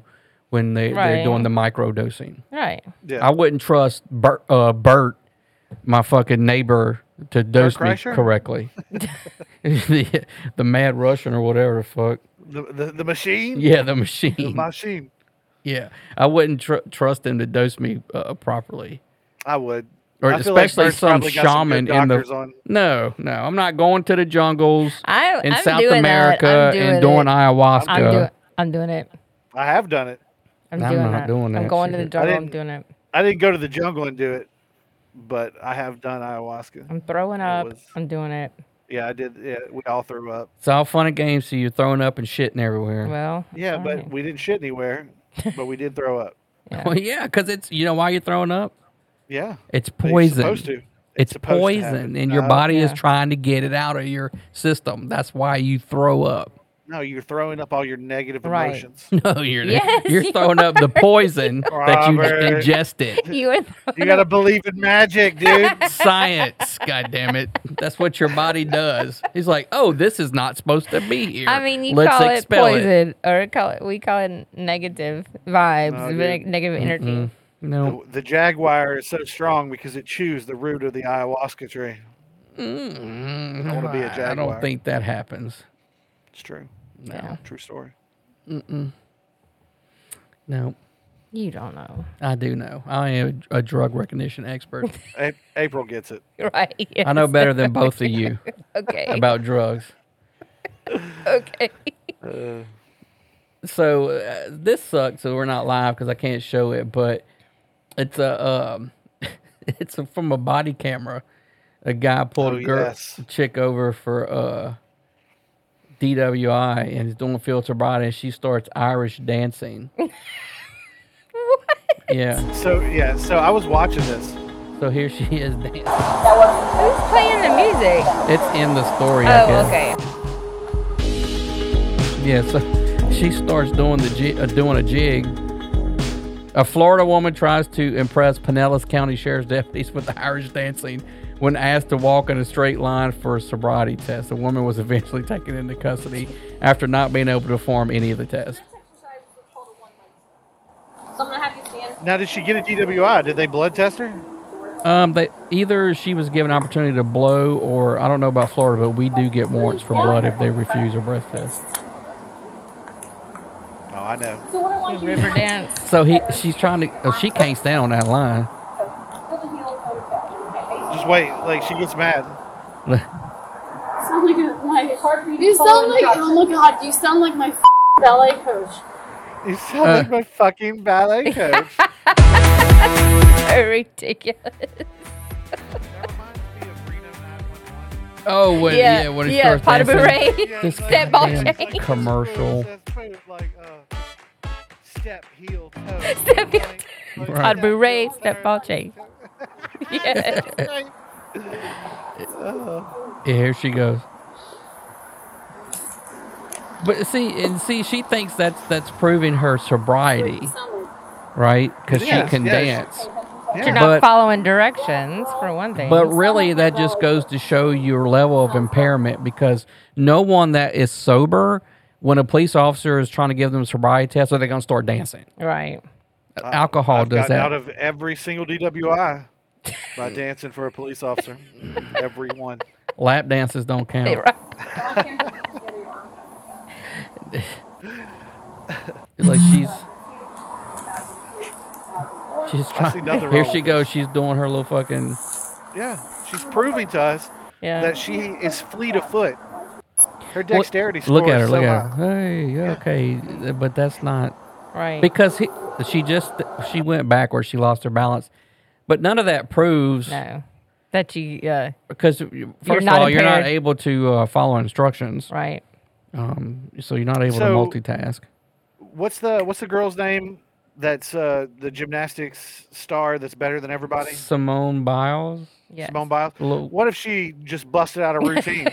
Speaker 3: when they,
Speaker 4: Right.
Speaker 3: they're doing the micro dosing.
Speaker 4: Right.
Speaker 5: Yeah.
Speaker 3: I wouldn't trust Bert, uh, Bert my fucking neighbor, to dose me
Speaker 5: Kreischer? [LAUGHS]
Speaker 3: correctly. [LAUGHS] the, the mad Russian or whatever the fuck.
Speaker 5: the, the, the machine?
Speaker 3: Yeah, the
Speaker 5: The
Speaker 3: machine.
Speaker 5: machine.
Speaker 3: [LAUGHS] yeah, I wouldn't tr- trust them to dose me uh, properly.
Speaker 5: I would.
Speaker 3: Or
Speaker 5: I feel like
Speaker 3: especially
Speaker 5: Bert's
Speaker 3: some
Speaker 5: probably got some good
Speaker 3: shaman in the
Speaker 5: doctors on-
Speaker 3: no, no, I'm not going to the jungles
Speaker 4: I,
Speaker 3: in
Speaker 4: I'm
Speaker 3: South
Speaker 4: doing that.
Speaker 3: America
Speaker 4: I'm
Speaker 3: and
Speaker 4: doing
Speaker 3: doing
Speaker 4: it.
Speaker 3: ayahuasca.
Speaker 4: I'm, doing, I'm doing it.
Speaker 5: I have done it.
Speaker 4: I'm,
Speaker 3: I'm
Speaker 4: doing
Speaker 3: not
Speaker 4: that.
Speaker 3: doing
Speaker 4: I'm
Speaker 3: that
Speaker 4: going to the
Speaker 3: shit.
Speaker 5: I
Speaker 4: jungle. I'm
Speaker 5: didn't-
Speaker 4: doing it.
Speaker 5: I didn't go to the jungle and do it, but I have done ayahuasca.
Speaker 4: I'm throwing
Speaker 5: I
Speaker 4: up.
Speaker 5: was-
Speaker 4: I'm doing it.
Speaker 5: Yeah, I did. Yeah, we all threw up.
Speaker 3: it's all fun and games, so you're throwing up and shitting everywhere. Well,
Speaker 4: Well, that's
Speaker 5: Yeah,
Speaker 4: all
Speaker 5: but
Speaker 4: right.
Speaker 5: we didn't shit anywhere, but we did
Speaker 4: [LAUGHS]
Speaker 5: throw up.
Speaker 3: yeah, [LAUGHS]
Speaker 5: [LAUGHS]
Speaker 4: yeah.
Speaker 3: 'cause because it's you know why you're throwing up.
Speaker 5: Yeah,
Speaker 3: It's
Speaker 5: but
Speaker 3: poison.
Speaker 5: You're supposed to.
Speaker 3: It's,
Speaker 5: supposed to Oh,
Speaker 3: poison,
Speaker 5: happen.
Speaker 3: and your
Speaker 5: No,
Speaker 3: body is
Speaker 4: Yeah.
Speaker 3: trying to get it out of your system. That's why you throw up. [LAUGHS]
Speaker 5: No, you're throwing up all your negative
Speaker 4: Right.
Speaker 5: emotions.
Speaker 3: No, you're
Speaker 4: Yes,
Speaker 3: you're
Speaker 4: you
Speaker 3: throwing up the
Speaker 5: [LAUGHS]
Speaker 3: poison that you
Speaker 5: Robert.
Speaker 3: ingested.
Speaker 4: [LAUGHS] you were
Speaker 5: You gotta believe
Speaker 4: [LAUGHS]
Speaker 5: in magic, dude.
Speaker 3: Science, God damn it! That's what your body does. He's like, oh, this is not supposed to be here.
Speaker 4: I mean, you
Speaker 3: Let's
Speaker 4: call it
Speaker 3: expel
Speaker 4: poison, or call it we call it negative vibes,
Speaker 5: No,
Speaker 4: neg-
Speaker 5: Oh, dude.
Speaker 4: negative energy.
Speaker 3: Mm-mm. No,
Speaker 5: the, the jaguar is so strong because it chews the root of the ayahuasca tree.
Speaker 3: Mm,
Speaker 5: I wanna be a
Speaker 3: I don't
Speaker 5: jaguar.
Speaker 3: think that happens.
Speaker 5: It's true.
Speaker 4: Yeah,
Speaker 5: True story.
Speaker 3: No,
Speaker 4: you don't know, [LAUGHS]
Speaker 3: I do know. I am a drug recognition expert.
Speaker 5: A- April gets it.
Speaker 4: right?
Speaker 3: I know better than both of
Speaker 4: [LAUGHS]
Speaker 3: you
Speaker 4: Okay,
Speaker 3: about drugs.
Speaker 4: okay.
Speaker 3: so uh, this sucks so we're not live because i can't show it but it's a um [LAUGHS] it's a, from a body camera a guy pulled
Speaker 5: Oh,
Speaker 3: a girl
Speaker 5: yes.
Speaker 3: chick over for uh dwi and he's doing filter body and she starts irish
Speaker 4: [LAUGHS]
Speaker 3: dancing yeah
Speaker 5: So yeah, so I was watching this.
Speaker 3: so here she is dancing.
Speaker 4: Who's playing the music?
Speaker 3: it's in the story I
Speaker 4: Oh,
Speaker 3: guess.
Speaker 4: okay.
Speaker 3: Yeah, so she starts doing the jig, uh, doing a jig. A Florida woman tries to impress Pinellas County Sheriff's deputies [LAUGHS] with Irish dancing when asked to walk in a straight line for a sobriety test. The woman was eventually [LAUGHS] taken into custody after not being able to perform any of the tests.
Speaker 6: So I'm gonna have you stand.
Speaker 5: Now, did she get a DWI? Did they blood test her?
Speaker 3: Um, they, either she was given opportunity to blow, or I don't know about Florida, but we do get warrants for blood if they refuse a breath test.
Speaker 5: Oh, I know.
Speaker 6: So what I want you to do
Speaker 4: River dance. [LAUGHS]
Speaker 3: So he, she's trying to. oh, she can't stand on that line.
Speaker 6: is build a heel photo.
Speaker 5: Just wait. Like she gets mad.
Speaker 6: Sound like a, like it's hard for you. to
Speaker 7: You
Speaker 6: follow
Speaker 7: sound like oh
Speaker 6: instructions.
Speaker 7: my god, you sound like my f- ballet coach.
Speaker 5: You sound
Speaker 3: Uh.
Speaker 5: like my
Speaker 4: [LAUGHS]
Speaker 5: fucking ballet coach.
Speaker 4: So ridiculous.
Speaker 3: Oh, when, yeah,
Speaker 4: yeah,
Speaker 3: when he
Speaker 4: yeah.
Speaker 3: starts
Speaker 4: Pot of
Speaker 3: dancing. [LAUGHS]
Speaker 4: beret.
Speaker 5: Yeah,
Speaker 3: This
Speaker 5: like-
Speaker 4: Step ball
Speaker 5: yeah, it's
Speaker 4: chain.
Speaker 5: like-
Speaker 3: Commercial.
Speaker 5: That's true, like, uh, Step heel toe.
Speaker 4: Step heel
Speaker 5: Like- like
Speaker 3: Right.
Speaker 4: Pot of beret.
Speaker 5: heel
Speaker 4: Step
Speaker 5: toe.
Speaker 4: ball chain. Yeah.
Speaker 5: Right.
Speaker 3: Yeah, here she goes. But see, and see, she thinks that's that's proving her sobriety, right? Because
Speaker 5: Yes,
Speaker 3: she can
Speaker 5: yes.
Speaker 3: dance.
Speaker 4: You're
Speaker 5: Yeah.
Speaker 4: not
Speaker 3: But-
Speaker 4: following directions for one thing.
Speaker 3: But really, that just goes to show your level of impairment because no one that is sober, when a police officer is trying to give them a sobriety test, are they going to start dancing?
Speaker 4: right.
Speaker 3: Alcohol
Speaker 5: I've
Speaker 3: does
Speaker 5: gotten
Speaker 3: that.
Speaker 5: out of every single DWI
Speaker 3: [LAUGHS]
Speaker 5: by dancing for a police officer. every one.
Speaker 3: Lap dances don't count.
Speaker 4: They right.
Speaker 3: [LAUGHS] It's like she's she's
Speaker 5: see
Speaker 3: trying.
Speaker 5: nothing
Speaker 3: Here
Speaker 5: wrong
Speaker 3: she
Speaker 5: with
Speaker 3: goes. She's doing her little fucking.
Speaker 5: Yeah, she's proving to us
Speaker 4: Yeah.
Speaker 5: that she is fleet of foot. Her
Speaker 3: Well,
Speaker 5: dexterity score
Speaker 3: Look at
Speaker 5: is
Speaker 3: her.
Speaker 5: so
Speaker 3: Look
Speaker 5: high.
Speaker 3: at her. Hey, okay, but that's not.
Speaker 4: right.
Speaker 3: because he, she just she went backwards she lost her balance but none of that proves
Speaker 4: no. That you. Yeah.
Speaker 3: because 1st of
Speaker 4: not
Speaker 3: all you're not
Speaker 4: impaired.
Speaker 3: able to uh, follow instructions
Speaker 4: Right.
Speaker 3: um, so you're not able
Speaker 5: So-
Speaker 3: to multitask
Speaker 5: What's the what's the girl's name? That's uh, the gymnastics star that's better than everybody.
Speaker 3: simone biles
Speaker 4: Yeah.
Speaker 5: Simone Biles.
Speaker 3: Little-
Speaker 5: What if she just busted out a routine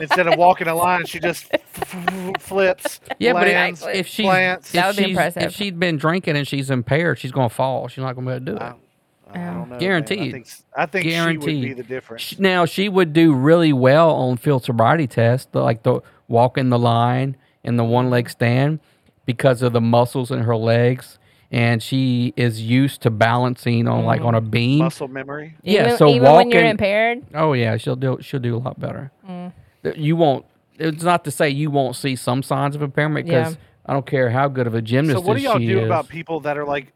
Speaker 5: instead of walking a line? She just f- f- flips.
Speaker 3: yeah
Speaker 5: lands,
Speaker 3: but if, if she's
Speaker 5: plants.
Speaker 4: That
Speaker 3: if
Speaker 4: would be
Speaker 3: she's- if
Speaker 4: impressive.
Speaker 3: she'd been drinking and she's impaired she's gonna fall she's not gonna be able to do it
Speaker 5: I,
Speaker 3: Oh.
Speaker 5: I don't know. man. I
Speaker 3: Guaranteed.
Speaker 5: think s- I think, she would be
Speaker 3: Guaranteed.
Speaker 5: the difference.
Speaker 3: Sh- now she would do really well on field sobriety tests, the- like the walk in the line and the one leg stand. because of the muscles in her legs, and she is used to balancing on like on a
Speaker 4: Mm.
Speaker 3: beam.
Speaker 5: Muscle memory.
Speaker 3: Yeah,
Speaker 4: even,
Speaker 3: so
Speaker 4: even when you're
Speaker 3: walking-
Speaker 4: impaired,
Speaker 3: Oh yeah, she'll do. She'll do a lot better.
Speaker 4: Mm.
Speaker 3: Th- You won't. It's not to say you won't see some signs of impairment because
Speaker 4: Yeah.
Speaker 3: I don't care how good of a gymnast.
Speaker 5: So what do
Speaker 3: is
Speaker 5: y'all
Speaker 3: she
Speaker 5: do
Speaker 3: is.
Speaker 5: about people that are like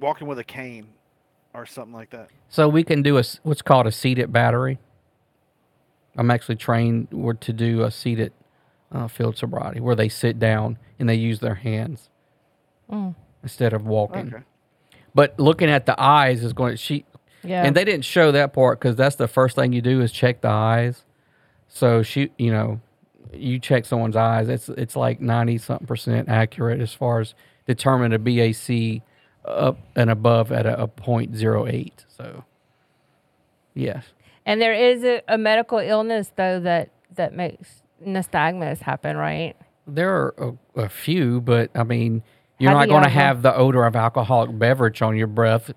Speaker 5: walking with a cane or something like that?
Speaker 3: So we can do a s- what's called a seated battery. I'm actually trained where to do a seated uh, field sobriety where they sit down and they use their hands instead of walking.
Speaker 5: Okay.
Speaker 3: But looking at the eyes is going. She
Speaker 4: yeah,
Speaker 3: and they didn't show that part because that's the first thing you do is check the eyes. So she, you know, you check someone's eyes. It's it's like ninety something percent accurate as far as determining a BAC up and above at a, a point zero eight. So yes,
Speaker 4: and there is a, a medical illness though that that makes nystagmus happen, right?
Speaker 3: there are a, a few, but I mean, you're
Speaker 4: Have
Speaker 3: not
Speaker 4: you
Speaker 3: going to
Speaker 4: ever-
Speaker 3: have the odor of alcoholic beverage on your breath.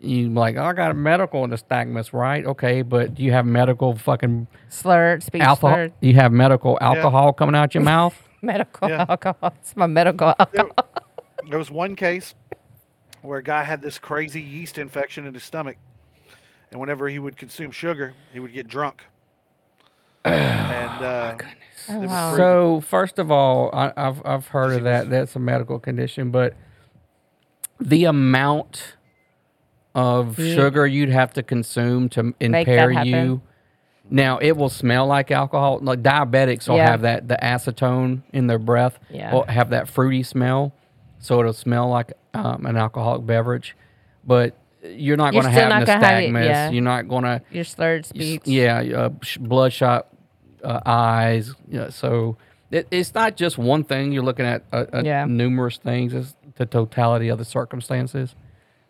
Speaker 3: You like, oh, I got a medical nystagmus, right? Okay, but do you have medical fucking
Speaker 4: Slurred speech,
Speaker 3: alcohol.
Speaker 4: slurred
Speaker 3: You have medical alcohol coming out your mouth.
Speaker 4: medical
Speaker 5: Yeah.
Speaker 4: alcohol. It's my medical alcohol.
Speaker 5: There was one case where a guy had this crazy yeast infection in his stomach, and whenever he would consume sugar, he would get drunk. and uh,
Speaker 4: Oh,
Speaker 5: it was
Speaker 4: wow.
Speaker 5: freaking-
Speaker 3: So first of all, I, I've I've heard of that. That's a medical condition, but the amount of
Speaker 4: Yeah.
Speaker 3: sugar you'd have to consume to m-
Speaker 4: Make that
Speaker 3: impair
Speaker 4: happen.
Speaker 3: you. Now it will smell like alcohol. Like diabetics will
Speaker 4: Yeah.
Speaker 3: have that the acetone in their breath.
Speaker 4: Yeah.
Speaker 3: Will have that fruity smell, so it'll smell like um, an alcoholic beverage. But you're not
Speaker 4: You're
Speaker 3: going to
Speaker 4: still
Speaker 3: have
Speaker 4: not gonna have it,
Speaker 3: nystagmus.
Speaker 4: yeah.
Speaker 3: You're not going to
Speaker 4: Your slurred speech.
Speaker 3: Yes, Yeah, uh, sh- bloodshot uh, eyes. Yeah, so it, it's not just one thing. You're looking at uh, uh,
Speaker 4: Yeah.
Speaker 3: numerous things. It's the totality of the circumstances.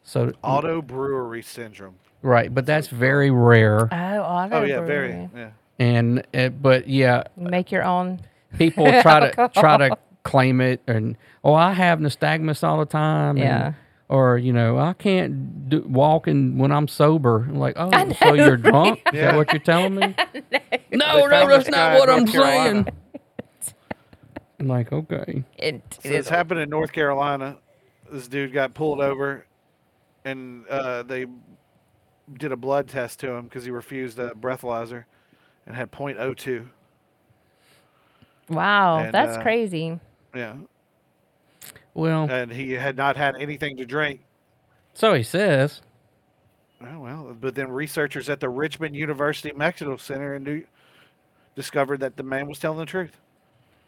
Speaker 3: So
Speaker 5: auto brewery syndrome.
Speaker 3: right, but that's very rare.
Speaker 4: Oh, auto
Speaker 5: Oh yeah, very
Speaker 4: brewery.
Speaker 5: yeah.
Speaker 3: And uh, but yeah,
Speaker 4: Make your own.
Speaker 3: people try to try to claim it and oh I have nystagmus all the time. and-
Speaker 4: Yeah.
Speaker 3: or you know I can't do, walk and when I'm sober. I'm like oh so you're drunk? Is that
Speaker 5: Yeah.
Speaker 3: what you're telling me?
Speaker 5: They
Speaker 3: no, no,
Speaker 5: found
Speaker 3: that's
Speaker 5: this
Speaker 3: not
Speaker 5: guy in
Speaker 3: what I'm
Speaker 5: North Carolina.
Speaker 3: saying. I'm like okay.
Speaker 4: It,
Speaker 5: So this happened in North Carolina. This dude got pulled over, and uh, they did a blood test to him because he refused a breathalyzer, and had .02.
Speaker 4: wow,
Speaker 5: and,
Speaker 4: that's
Speaker 5: uh,
Speaker 4: crazy.
Speaker 5: Yeah,
Speaker 3: Well,
Speaker 5: and he had not had anything to drink.
Speaker 3: so he says.
Speaker 5: Oh well, but then researchers at the Richmond University Mexico Center in New discovered that the man was telling the truth.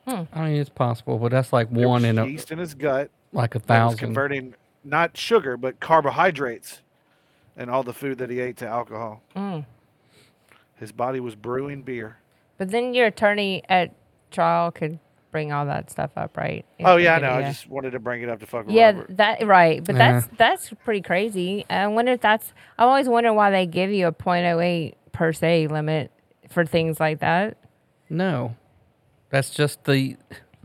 Speaker 3: I mean, it's possible, but that's like
Speaker 5: There
Speaker 3: one
Speaker 5: was
Speaker 3: in a
Speaker 5: yeast in his gut
Speaker 3: like a
Speaker 5: that was
Speaker 3: thousand.
Speaker 5: converting not sugar but carbohydrates and all the food that he ate to alcohol.
Speaker 4: Hmm.
Speaker 5: His body was brewing beer.
Speaker 4: But then your attorney at trial could bring all that stuff up, right? If
Speaker 5: Oh
Speaker 4: they
Speaker 5: yeah, I
Speaker 4: could-
Speaker 5: know. I just wanted to bring it up to fuck with
Speaker 4: Yeah,
Speaker 5: Robert.
Speaker 4: that right. But
Speaker 3: Yeah.
Speaker 4: that's that's pretty crazy. I wonder if that's. I always wonder why they give you a .08 per se limit for things like that.
Speaker 3: No, that's just the. [LAUGHS]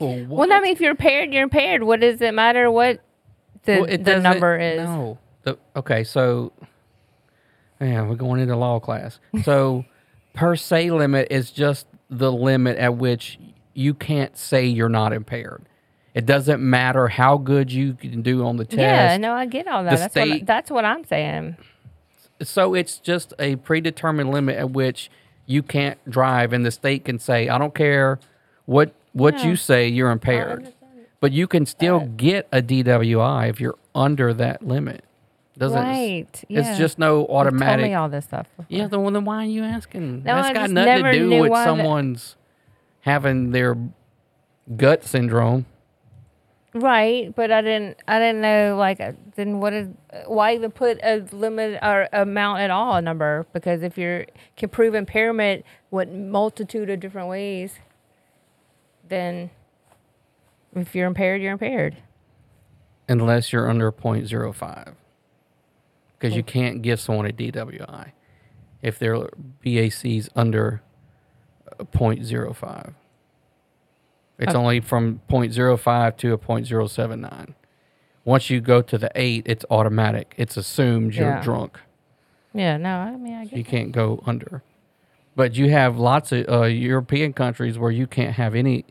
Speaker 3: Oh, what?
Speaker 4: Well, I mean, if you're impaired, you're impaired. What does it matter what the
Speaker 3: Well, it
Speaker 4: the
Speaker 3: doesn't-
Speaker 4: number is?
Speaker 3: No. The, okay, so yeah, we're going into law class. So [LAUGHS] per se limit is just the limit at which you can't say you're not impaired. It doesn't matter how good you can do on the test.
Speaker 4: Yeah, no, I get all that. That's
Speaker 3: The
Speaker 4: what I,
Speaker 3: state-
Speaker 4: that's what I'm saying.
Speaker 3: So it's just a predetermined limit at which you can't drive, and the state can say, "I don't care what what you say, you're impaired," but you can still get a DWI if you're under that limit. Doesn't it's-
Speaker 4: Right,
Speaker 3: It's
Speaker 4: yeah.
Speaker 3: just no
Speaker 4: You've Told
Speaker 3: automatic.
Speaker 4: me all this stuff.
Speaker 3: yeah, then, well, then why are you asking?
Speaker 4: No,
Speaker 3: That's
Speaker 4: I
Speaker 3: got
Speaker 4: just
Speaker 3: nothing
Speaker 4: never
Speaker 3: to do
Speaker 4: knew
Speaker 3: with
Speaker 4: why that-
Speaker 3: someone's having their gut syndrome.
Speaker 4: Right, but I didn't. I didn't know. Like, uh, then what is? Why even put a limit or amount at all? A number because if you can prove impairment, what multitude of different ways, then if you're impaired, you're impaired.
Speaker 3: unless you're under 0.05 because
Speaker 4: Oh.
Speaker 3: you can't give someone a DWI if their BAC's under uh, 0.05. It's
Speaker 4: Oh.
Speaker 3: only from 0.05 to a 0.079. Once you go to the 8, it's automatic. It's assumed you're
Speaker 4: Yeah.
Speaker 3: drunk.
Speaker 4: Yeah. No. I mean, I
Speaker 3: You
Speaker 4: get.
Speaker 3: can't go under. But you have lots of uh, European countries where you can't have any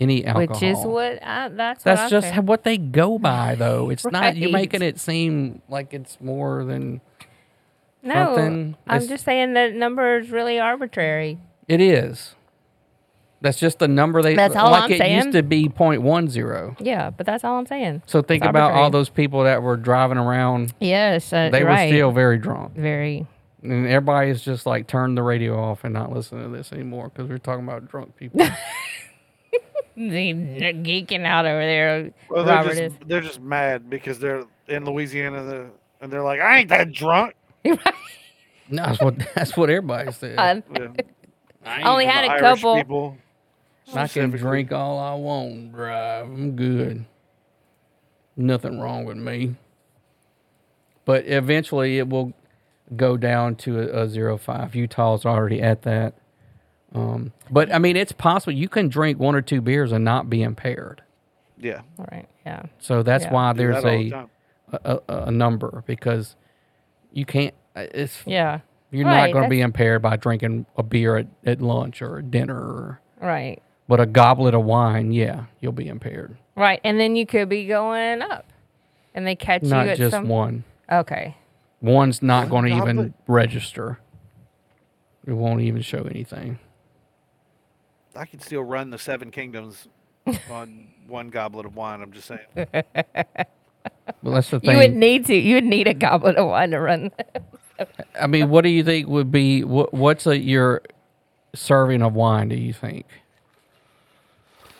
Speaker 3: any alcohol.
Speaker 4: Which is what I, that's
Speaker 3: That's
Speaker 4: what
Speaker 3: just
Speaker 4: I
Speaker 3: how-
Speaker 4: think.
Speaker 3: what they go by, though. It's not you're
Speaker 4: Right.
Speaker 3: making it seem like it's more than
Speaker 4: no.
Speaker 3: something
Speaker 4: I'm
Speaker 3: is-
Speaker 4: just saying that number is really arbitrary.
Speaker 3: it is. That's just the number they.
Speaker 4: That's all
Speaker 3: like
Speaker 4: I'm
Speaker 3: it used
Speaker 4: saying.
Speaker 3: to be point one zero.
Speaker 4: Yeah, but that's all I'm saying.
Speaker 3: So think
Speaker 4: It's
Speaker 3: about all
Speaker 4: arbitrary.
Speaker 3: those people that were driving around.
Speaker 4: Yes, uh,
Speaker 3: They
Speaker 4: right.
Speaker 3: were still very drunk,
Speaker 4: very.
Speaker 3: and everybody's just like turned the radio off and not listening to this anymore because we're talking about
Speaker 4: [LAUGHS]
Speaker 3: drunk people.
Speaker 4: They're geeking out over there.
Speaker 5: Well, they're
Speaker 4: Robert
Speaker 5: just,
Speaker 4: is.
Speaker 5: they're just mad because they're in Louisiana the- and they're like, I ain't that
Speaker 4: [LAUGHS]
Speaker 5: drunk.
Speaker 3: no, that's what that's what everybody said.
Speaker 4: I
Speaker 5: Yeah.
Speaker 4: only
Speaker 5: The
Speaker 4: had a
Speaker 5: Irish
Speaker 4: couple.
Speaker 5: People,
Speaker 3: I can
Speaker 5: specifically.
Speaker 3: drink all I want, drive. I'm good. Nothing wrong with me. But eventually it will go down to a, a zero five. Utah's already at that. Um, but I mean, it's possible you can drink one or two beers and not be impaired.
Speaker 5: Yeah.
Speaker 4: Right. Yeah.
Speaker 3: So that's
Speaker 4: Yeah.
Speaker 3: why
Speaker 5: do
Speaker 3: there's
Speaker 5: that all the
Speaker 3: a,
Speaker 5: time.
Speaker 3: a, a a number because you can't. It's
Speaker 4: Yeah.
Speaker 3: you're
Speaker 4: Right,
Speaker 3: not going to be
Speaker 4: that's-
Speaker 3: impaired by drinking a beer at, at lunch or dinner, or,
Speaker 4: Right.
Speaker 3: but a goblet of wine, yeah, you'll be impaired.
Speaker 4: Right. And then you could be going up, and they catch you
Speaker 3: Not
Speaker 4: at
Speaker 3: just
Speaker 4: some.
Speaker 3: one.
Speaker 4: Okay.
Speaker 3: One's not going to
Speaker 5: goblet?
Speaker 3: even register. It won't even show anything.
Speaker 5: I can still run the Seven Kingdoms
Speaker 3: [LAUGHS]
Speaker 5: on one goblet of wine. I'm just saying.
Speaker 3: Well, that's the
Speaker 4: You would
Speaker 3: thing.
Speaker 4: need to. You would need a goblet of wine to run.
Speaker 3: I mean, what do you think would be what, what's a, your serving of wine? Do you think?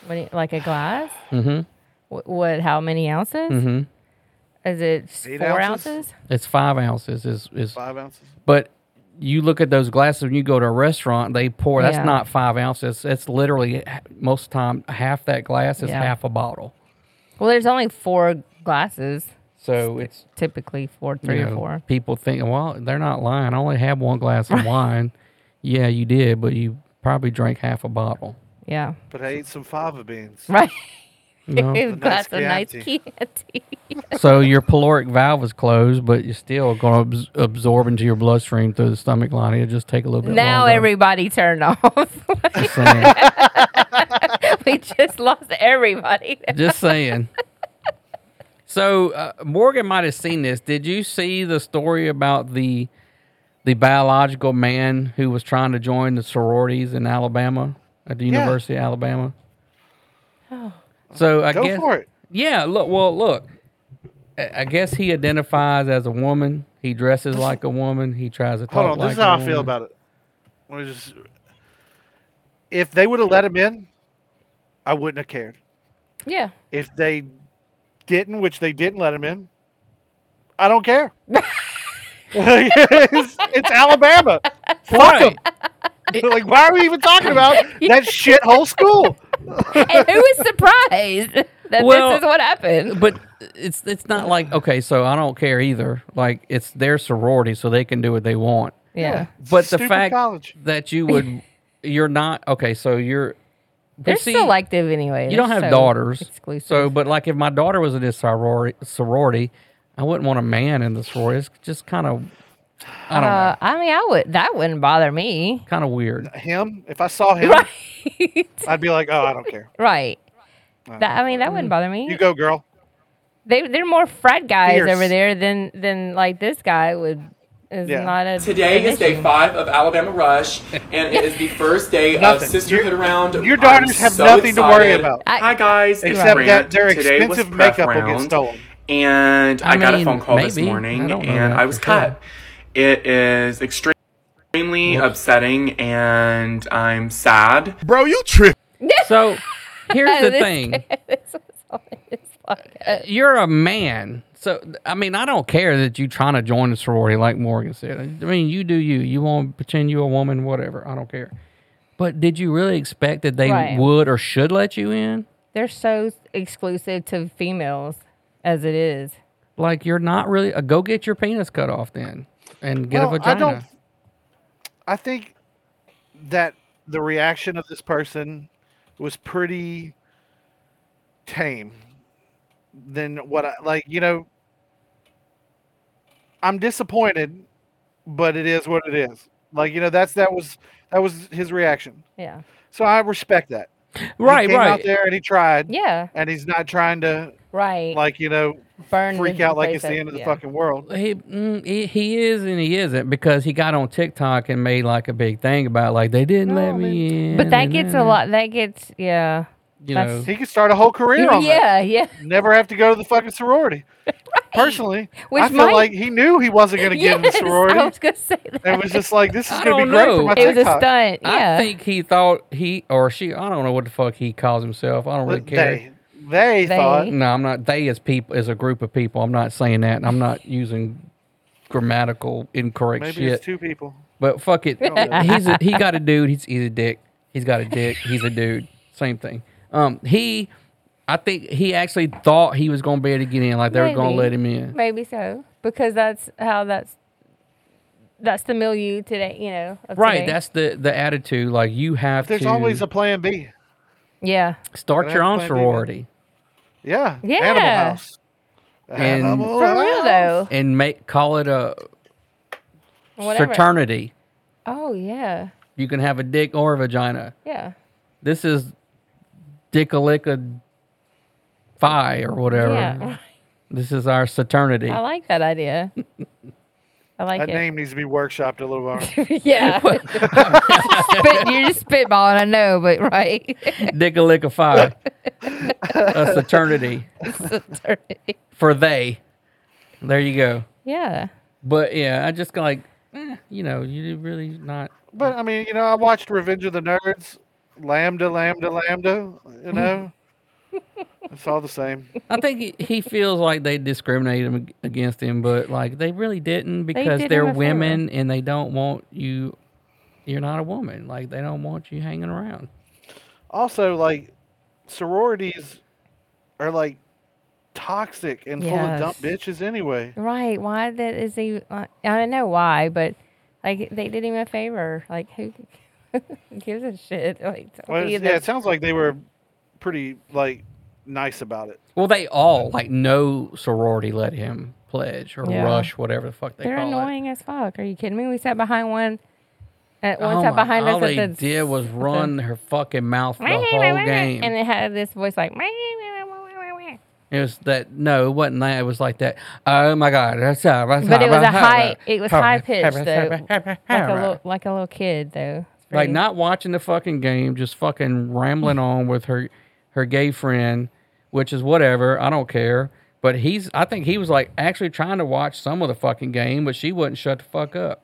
Speaker 4: What do you- like a glass?
Speaker 3: Mhm.
Speaker 4: What, what? How many ounces?
Speaker 3: Mhm.
Speaker 4: Is it s-
Speaker 5: Eight
Speaker 4: four
Speaker 5: ounces?
Speaker 4: ounces?
Speaker 3: It's five ounces. Is is
Speaker 5: Five ounces.
Speaker 3: but you look at those glasses when you go to a restaurant they pour that's
Speaker 4: Yeah.
Speaker 3: not five ounces that's literally h- most of the time half that glass is
Speaker 4: Yeah.
Speaker 3: half a bottle
Speaker 4: Well, there's only four glasses.
Speaker 3: so it's
Speaker 4: Typically, four,
Speaker 3: you
Speaker 4: three or
Speaker 3: know,
Speaker 4: four.
Speaker 3: people think well they're not lying i only had one
Speaker 4: [LAUGHS]
Speaker 3: glass of wine yeah you did but you probably drank half a bottle
Speaker 4: Yeah. [LAUGHS]
Speaker 5: But I ate some fava beans.
Speaker 4: Right. [LAUGHS]
Speaker 3: you know?
Speaker 4: It's glass of nice
Speaker 5: Chianti.
Speaker 4: Chianti.
Speaker 3: so your pyloric valve is closed but you're still going to absorb into your bloodstream through the stomach line it'll just take a little bit
Speaker 4: now
Speaker 3: longer.
Speaker 4: everybody turned off. [LAUGHS]
Speaker 3: Just saying.
Speaker 4: we just lost everybody.
Speaker 3: Just saying. So uh, Morgan might have seen this. Did you see the story about the the biological man who was trying to join the sororities in Alabama at the
Speaker 5: Yeah.
Speaker 3: University of Alabama? So I
Speaker 5: Go
Speaker 3: guess
Speaker 5: for it.
Speaker 3: yeah. Look, well, look. I I guess he identifies as a woman. He dresses like a woman. He tries to talk
Speaker 5: Hold on.
Speaker 3: like
Speaker 5: this is how
Speaker 3: a
Speaker 5: I feel
Speaker 3: woman.
Speaker 5: about it. Let me just- If they would have let him in, I wouldn't have cared.
Speaker 4: Yeah.
Speaker 5: If they didn't, which they didn't let him in, I don't
Speaker 3: [LAUGHS]
Speaker 5: care. it's, it's Alabama. Fuck 'em. like, why are we even
Speaker 3: [LAUGHS]
Speaker 5: talking about that shithole school?
Speaker 4: And who was surprised that
Speaker 3: Well,
Speaker 4: this is what happened?
Speaker 3: but it's it's not like okay, so I don't care either. Like it's their sorority, so they can do what they want.
Speaker 4: Yeah.
Speaker 3: But the
Speaker 5: Stupid
Speaker 3: fact
Speaker 5: college.
Speaker 3: that you would, [LAUGHS] you're not okay. So you're, but
Speaker 4: They're
Speaker 3: see,
Speaker 4: selective anyway.
Speaker 3: you
Speaker 4: They're
Speaker 3: don't have
Speaker 4: so
Speaker 3: daughters,
Speaker 4: Exclusive.
Speaker 3: so but like if my daughter was in this sorority, sorority, I wouldn't want a man in the sorority. It's just kind of, I don't
Speaker 4: uh,
Speaker 3: know,
Speaker 4: I mean, I would that wouldn't bother me.
Speaker 3: kind of weird.
Speaker 5: Him, if I saw
Speaker 4: [LAUGHS]
Speaker 5: him,
Speaker 4: Right.
Speaker 5: I'd be like, oh, I don't care.
Speaker 4: right. That, I mean, that wouldn't bother
Speaker 5: You
Speaker 4: me.
Speaker 5: go, girl.
Speaker 4: They they're more frat guys
Speaker 5: Fierce.
Speaker 4: over there than than like this guy would. Is
Speaker 5: Yeah.
Speaker 4: not a
Speaker 8: Today
Speaker 4: an
Speaker 8: is day
Speaker 4: issue.
Speaker 8: five of Alabama Rush, and it is the first day of
Speaker 5: Nothing.
Speaker 8: Sisterhood
Speaker 5: Your-
Speaker 8: Around.
Speaker 5: your daughters
Speaker 8: I'm
Speaker 5: have
Speaker 8: so
Speaker 5: nothing to worry
Speaker 8: excited.
Speaker 5: about.
Speaker 4: I-
Speaker 8: Hi guys, it's
Speaker 5: Except that
Speaker 8: Brant.
Speaker 5: their
Speaker 8: Today was
Speaker 5: expensive
Speaker 8: prep
Speaker 5: makeup will get
Speaker 8: round,
Speaker 5: stolen.
Speaker 8: And
Speaker 3: I
Speaker 8: I, got
Speaker 3: mean,
Speaker 8: a phone call this
Speaker 3: maybe. I
Speaker 8: morning,
Speaker 3: don't know
Speaker 8: and
Speaker 3: that
Speaker 8: I
Speaker 3: for
Speaker 8: was
Speaker 3: sure.
Speaker 8: cut. It is extremely upsetting, and I'm sad.
Speaker 1: Bro, you trip.
Speaker 3: So here's the
Speaker 4: This
Speaker 3: thing.
Speaker 4: [LAUGHS] this was all in his pocket.
Speaker 3: you're a man. So I mean, I don't care that you trying to join the sorority, like Morgan said. I mean, you do you. You want to pretend you're a woman, whatever. I don't care. But did you really expect that they
Speaker 4: Right.
Speaker 3: would or should let you in?
Speaker 4: They're so exclusive to females as it is.
Speaker 3: Like you're not really. Uh, go get your penis cut off then, and get
Speaker 5: Well,
Speaker 3: a vagina.
Speaker 5: I don't. I think that the reaction of this person was pretty tame than what I like. You know, I'm disappointed, but it is what it is. Like you know, that's that was that was his reaction.
Speaker 4: Yeah.
Speaker 5: So I respect that.
Speaker 3: Right,
Speaker 5: he came
Speaker 3: right.
Speaker 5: out there and he tried,
Speaker 4: Yeah,
Speaker 5: and he's not trying to
Speaker 4: right.
Speaker 5: like you know
Speaker 4: Burn
Speaker 5: freak
Speaker 4: the
Speaker 5: out like it's
Speaker 4: place
Speaker 5: the
Speaker 4: up,
Speaker 5: end of the
Speaker 4: yeah.
Speaker 5: fucking world.
Speaker 3: He, mm, he he is and he isn't because he got on TikTok and made like a big thing about like they didn't let me in.
Speaker 4: But that
Speaker 3: and
Speaker 4: gets a
Speaker 3: then,
Speaker 4: lot. That gets yeah.
Speaker 3: You
Speaker 4: that's-
Speaker 3: know,
Speaker 5: He could start a whole career on that.
Speaker 4: Yeah, yeah.
Speaker 5: Never have to go to the
Speaker 4: [LAUGHS]
Speaker 5: fucking sorority. Personally,
Speaker 4: Which
Speaker 5: I feel
Speaker 4: might-
Speaker 5: like he knew he wasn't going to
Speaker 4: [LAUGHS]
Speaker 5: get
Speaker 4: Yes,
Speaker 5: in the sorority.
Speaker 4: I was gonna say that.
Speaker 5: and was just like, "This is
Speaker 3: I
Speaker 5: going
Speaker 3: don't
Speaker 5: to be great for
Speaker 3: know.
Speaker 5: my
Speaker 4: It was a
Speaker 5: TikTok."
Speaker 4: stunt. Yeah.
Speaker 3: I think he thought he or she. I don't know what the fuck he calls himself. I don't really
Speaker 5: But
Speaker 3: care.
Speaker 5: they, they,
Speaker 4: They.
Speaker 5: thought
Speaker 3: No, I'm not. They as people as a group of people. I'm not saying that. and I'm not using grammatical incorrect
Speaker 5: maybe
Speaker 3: shit.
Speaker 5: it's two people.
Speaker 3: but fuck
Speaker 5: [LAUGHS]
Speaker 3: it.
Speaker 5: don't know.
Speaker 3: he's a, he got a dude. He's he's a dick. He's got a dick. He's a dude. Same thing. Um, he, I think he actually thought he was gonna be able to get in. Like they were gonna
Speaker 4: Maybe.
Speaker 3: let him in.
Speaker 4: Maybe so because that's how that's that's the milieu today. You know. Of
Speaker 3: Right.
Speaker 4: today.
Speaker 3: That's the the attitude. Like you have
Speaker 5: There's
Speaker 3: to
Speaker 5: always a plan B.
Speaker 4: yeah.
Speaker 3: start
Speaker 5: Gotta
Speaker 3: your
Speaker 5: have a
Speaker 3: own
Speaker 5: plan B, man.
Speaker 3: sorority
Speaker 5: Yeah. Animal
Speaker 4: Yeah.
Speaker 5: House.
Speaker 3: And-
Speaker 5: Animal
Speaker 4: For real
Speaker 5: House.
Speaker 4: though.
Speaker 3: and make call it a
Speaker 4: Whatever.
Speaker 3: fraternity.
Speaker 4: Oh yeah.
Speaker 3: You can have a dick or a vagina.
Speaker 4: Yeah.
Speaker 3: this is Dickalicka Phi or whatever.
Speaker 4: Yeah.
Speaker 3: This is our saturnity.
Speaker 4: I like that idea. I like
Speaker 5: That
Speaker 4: it.
Speaker 5: name needs to be workshopped a little more.
Speaker 4: [LAUGHS] yeah. Spit, you're just spitballing, I know, but right. [LAUGHS]
Speaker 3: Dickalicka Phi. a saturnity for they. There you go.
Speaker 4: yeah.
Speaker 3: But yeah, I just go like, eh, you know, you really not.
Speaker 5: but I mean, you know, I watched Revenge of the Nerds, Lambda, Lambda, Lambda.
Speaker 3: [LAUGHS]
Speaker 5: You know, it's all the same.
Speaker 3: I think he, he feels like they discriminated him ag- against him, but like they really didn't because
Speaker 4: did
Speaker 3: they are
Speaker 4: him a favor.
Speaker 3: women and they don't want you. You're not a woman. Like they don't want you hanging around.
Speaker 5: Also, like sororities are like toxic and full of dumb bitches anyway.
Speaker 4: Right. Why that is he? uh, I don't know why, but like they did him a favor. Like who [LAUGHS] gives a shit? Like don't
Speaker 5: Well,
Speaker 4: be
Speaker 5: it's-
Speaker 4: the-
Speaker 5: yeah, it sounds like they were pretty like nice about it.
Speaker 3: Well, they all like no sorority let him pledge or
Speaker 4: Yeah.
Speaker 3: rush whatever the fuck they
Speaker 4: they're
Speaker 3: call
Speaker 4: annoying as fuck. Are you kidding me? We sat behind one. At
Speaker 3: it.
Speaker 4: one
Speaker 3: oh
Speaker 4: sat
Speaker 3: my-
Speaker 4: behind
Speaker 3: all
Speaker 4: us
Speaker 3: they
Speaker 4: at the
Speaker 3: did was run her fucking mouth the whole game.
Speaker 4: and it had this voice like
Speaker 3: it was that no, it wasn't that. It was like that. Oh my god, that's up. That's
Speaker 4: But it was a
Speaker 3: up,
Speaker 4: high.
Speaker 3: up,
Speaker 4: It was
Speaker 3: up,
Speaker 4: high
Speaker 3: up,
Speaker 4: pitched
Speaker 3: up,
Speaker 4: though,
Speaker 3: up,
Speaker 4: like
Speaker 3: up, up,
Speaker 4: a
Speaker 3: up.
Speaker 4: little like a little kid though. It's
Speaker 3: like
Speaker 4: pretty-
Speaker 3: not watching the fucking game, just fucking rambling on with her her gay friend, which is whatever. I don't care. But he's I think he was like actually trying to watch some of the fucking game, but she wouldn't shut the fuck up.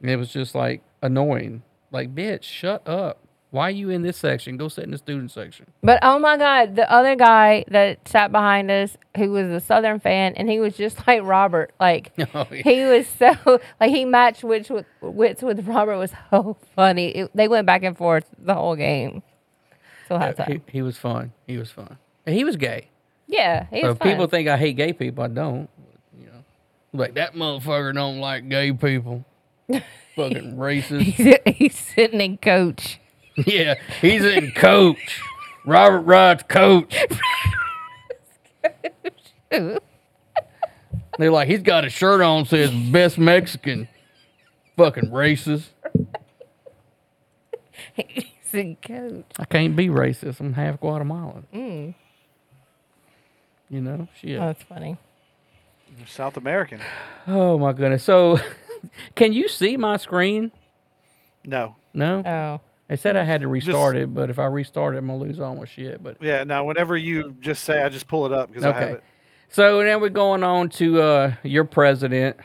Speaker 3: And it was just like annoying. Like, bitch, shut up. Why are you in this section? Go sit in the student section. [LAUGHS]
Speaker 4: But oh my God, the other guy that sat behind us, who was a Southern fan, and he was just like Robert.
Speaker 3: [LAUGHS]
Speaker 4: Like
Speaker 3: Oh, yeah.
Speaker 4: he was so like he matched wits with wits with Robert was so funny. It, they went back and forth the whole game. So high time.
Speaker 3: He, he was fun. He was fun. And he was gay.
Speaker 4: Yeah, he
Speaker 3: So
Speaker 4: was
Speaker 3: if
Speaker 4: fun.
Speaker 3: people think I hate gay people, I don't. You know, like that motherfucker don't like gay people. fucking
Speaker 4: [LAUGHS] [LAUGHS]
Speaker 3: racist.
Speaker 4: he's, he's sitting in coach.
Speaker 3: Yeah, he's in coach. Robert Rod's coach. They're like, he's got a shirt on says best Mexican. Fucking racist.
Speaker 4: he's in coach.
Speaker 3: I can't be racist. I'm half Guatemalan. You know? Shit.
Speaker 4: Oh, that's funny.
Speaker 5: South American.
Speaker 3: oh my goodness. So [LAUGHS] can you see my screen?
Speaker 5: No.
Speaker 3: No?
Speaker 4: Oh,
Speaker 3: They said I had to restart
Speaker 5: Just-
Speaker 3: it, but if I restart it, I'm gonna lose all my shit. But
Speaker 5: Yeah, now whenever you just say, I just pull it up because I have
Speaker 3: Okay.
Speaker 5: it.
Speaker 3: So now we're going on to uh, your president,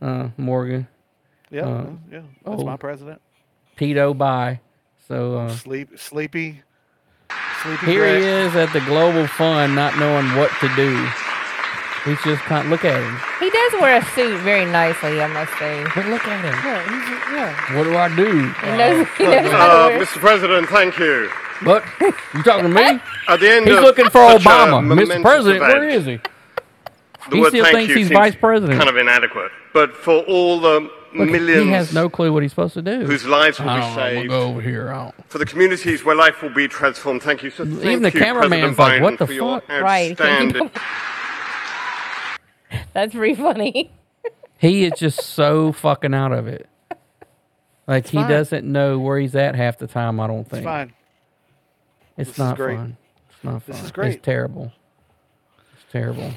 Speaker 3: uh, Morgan.
Speaker 5: Yeah, no, yeah. That's
Speaker 3: Uh, oh.
Speaker 5: my president.
Speaker 3: Pedo by. So uh,
Speaker 5: Sleep, sleepy, sleepy.
Speaker 3: here
Speaker 5: Greg.
Speaker 3: he is at the Global Fund, not knowing what to do. He's just kind. Look at him.
Speaker 4: he does wear a suit very nicely, I must say.
Speaker 3: But look at him. What do I do?
Speaker 4: He knows,
Speaker 3: Oh,
Speaker 4: he knows how to
Speaker 5: Oh,
Speaker 4: wear-
Speaker 9: Mr. President, thank you.
Speaker 3: Look, you talking to [LAUGHS] me?
Speaker 9: At the end
Speaker 3: He's
Speaker 9: of
Speaker 3: looking for
Speaker 9: such a
Speaker 3: Obama, Mr.
Speaker 9: momentous
Speaker 3: President.
Speaker 9: event,
Speaker 3: Where is he?
Speaker 9: the
Speaker 3: he
Speaker 9: word
Speaker 3: still
Speaker 9: thank
Speaker 3: thinks
Speaker 9: you
Speaker 3: he's
Speaker 9: seems
Speaker 3: vice president.
Speaker 9: Kind of inadequate, but for all the
Speaker 3: Look,
Speaker 9: millions
Speaker 3: He has no Oh, clue what he's supposed to do.
Speaker 9: whose lives will
Speaker 3: I
Speaker 9: be
Speaker 3: don't know. We'll
Speaker 9: saved,
Speaker 3: go over here. I don't-
Speaker 9: for the communities where life will be transformed, thank you. So thank
Speaker 3: the
Speaker 9: you,
Speaker 3: cameraman's
Speaker 9: President
Speaker 3: like,
Speaker 9: Biden,
Speaker 3: what the
Speaker 9: for your
Speaker 3: fuck?
Speaker 4: Right.
Speaker 9: outstanding-
Speaker 4: That's pretty funny. [LAUGHS]
Speaker 3: He is just so fucking out of it. Like he
Speaker 5: fine.
Speaker 3: doesn't know where he's at half the time. I don't think.
Speaker 5: It's fine.
Speaker 3: It's
Speaker 5: This is
Speaker 3: not
Speaker 5: great.
Speaker 3: fun. It's not fun.
Speaker 5: This is great.
Speaker 3: It's terrible. It's terrible.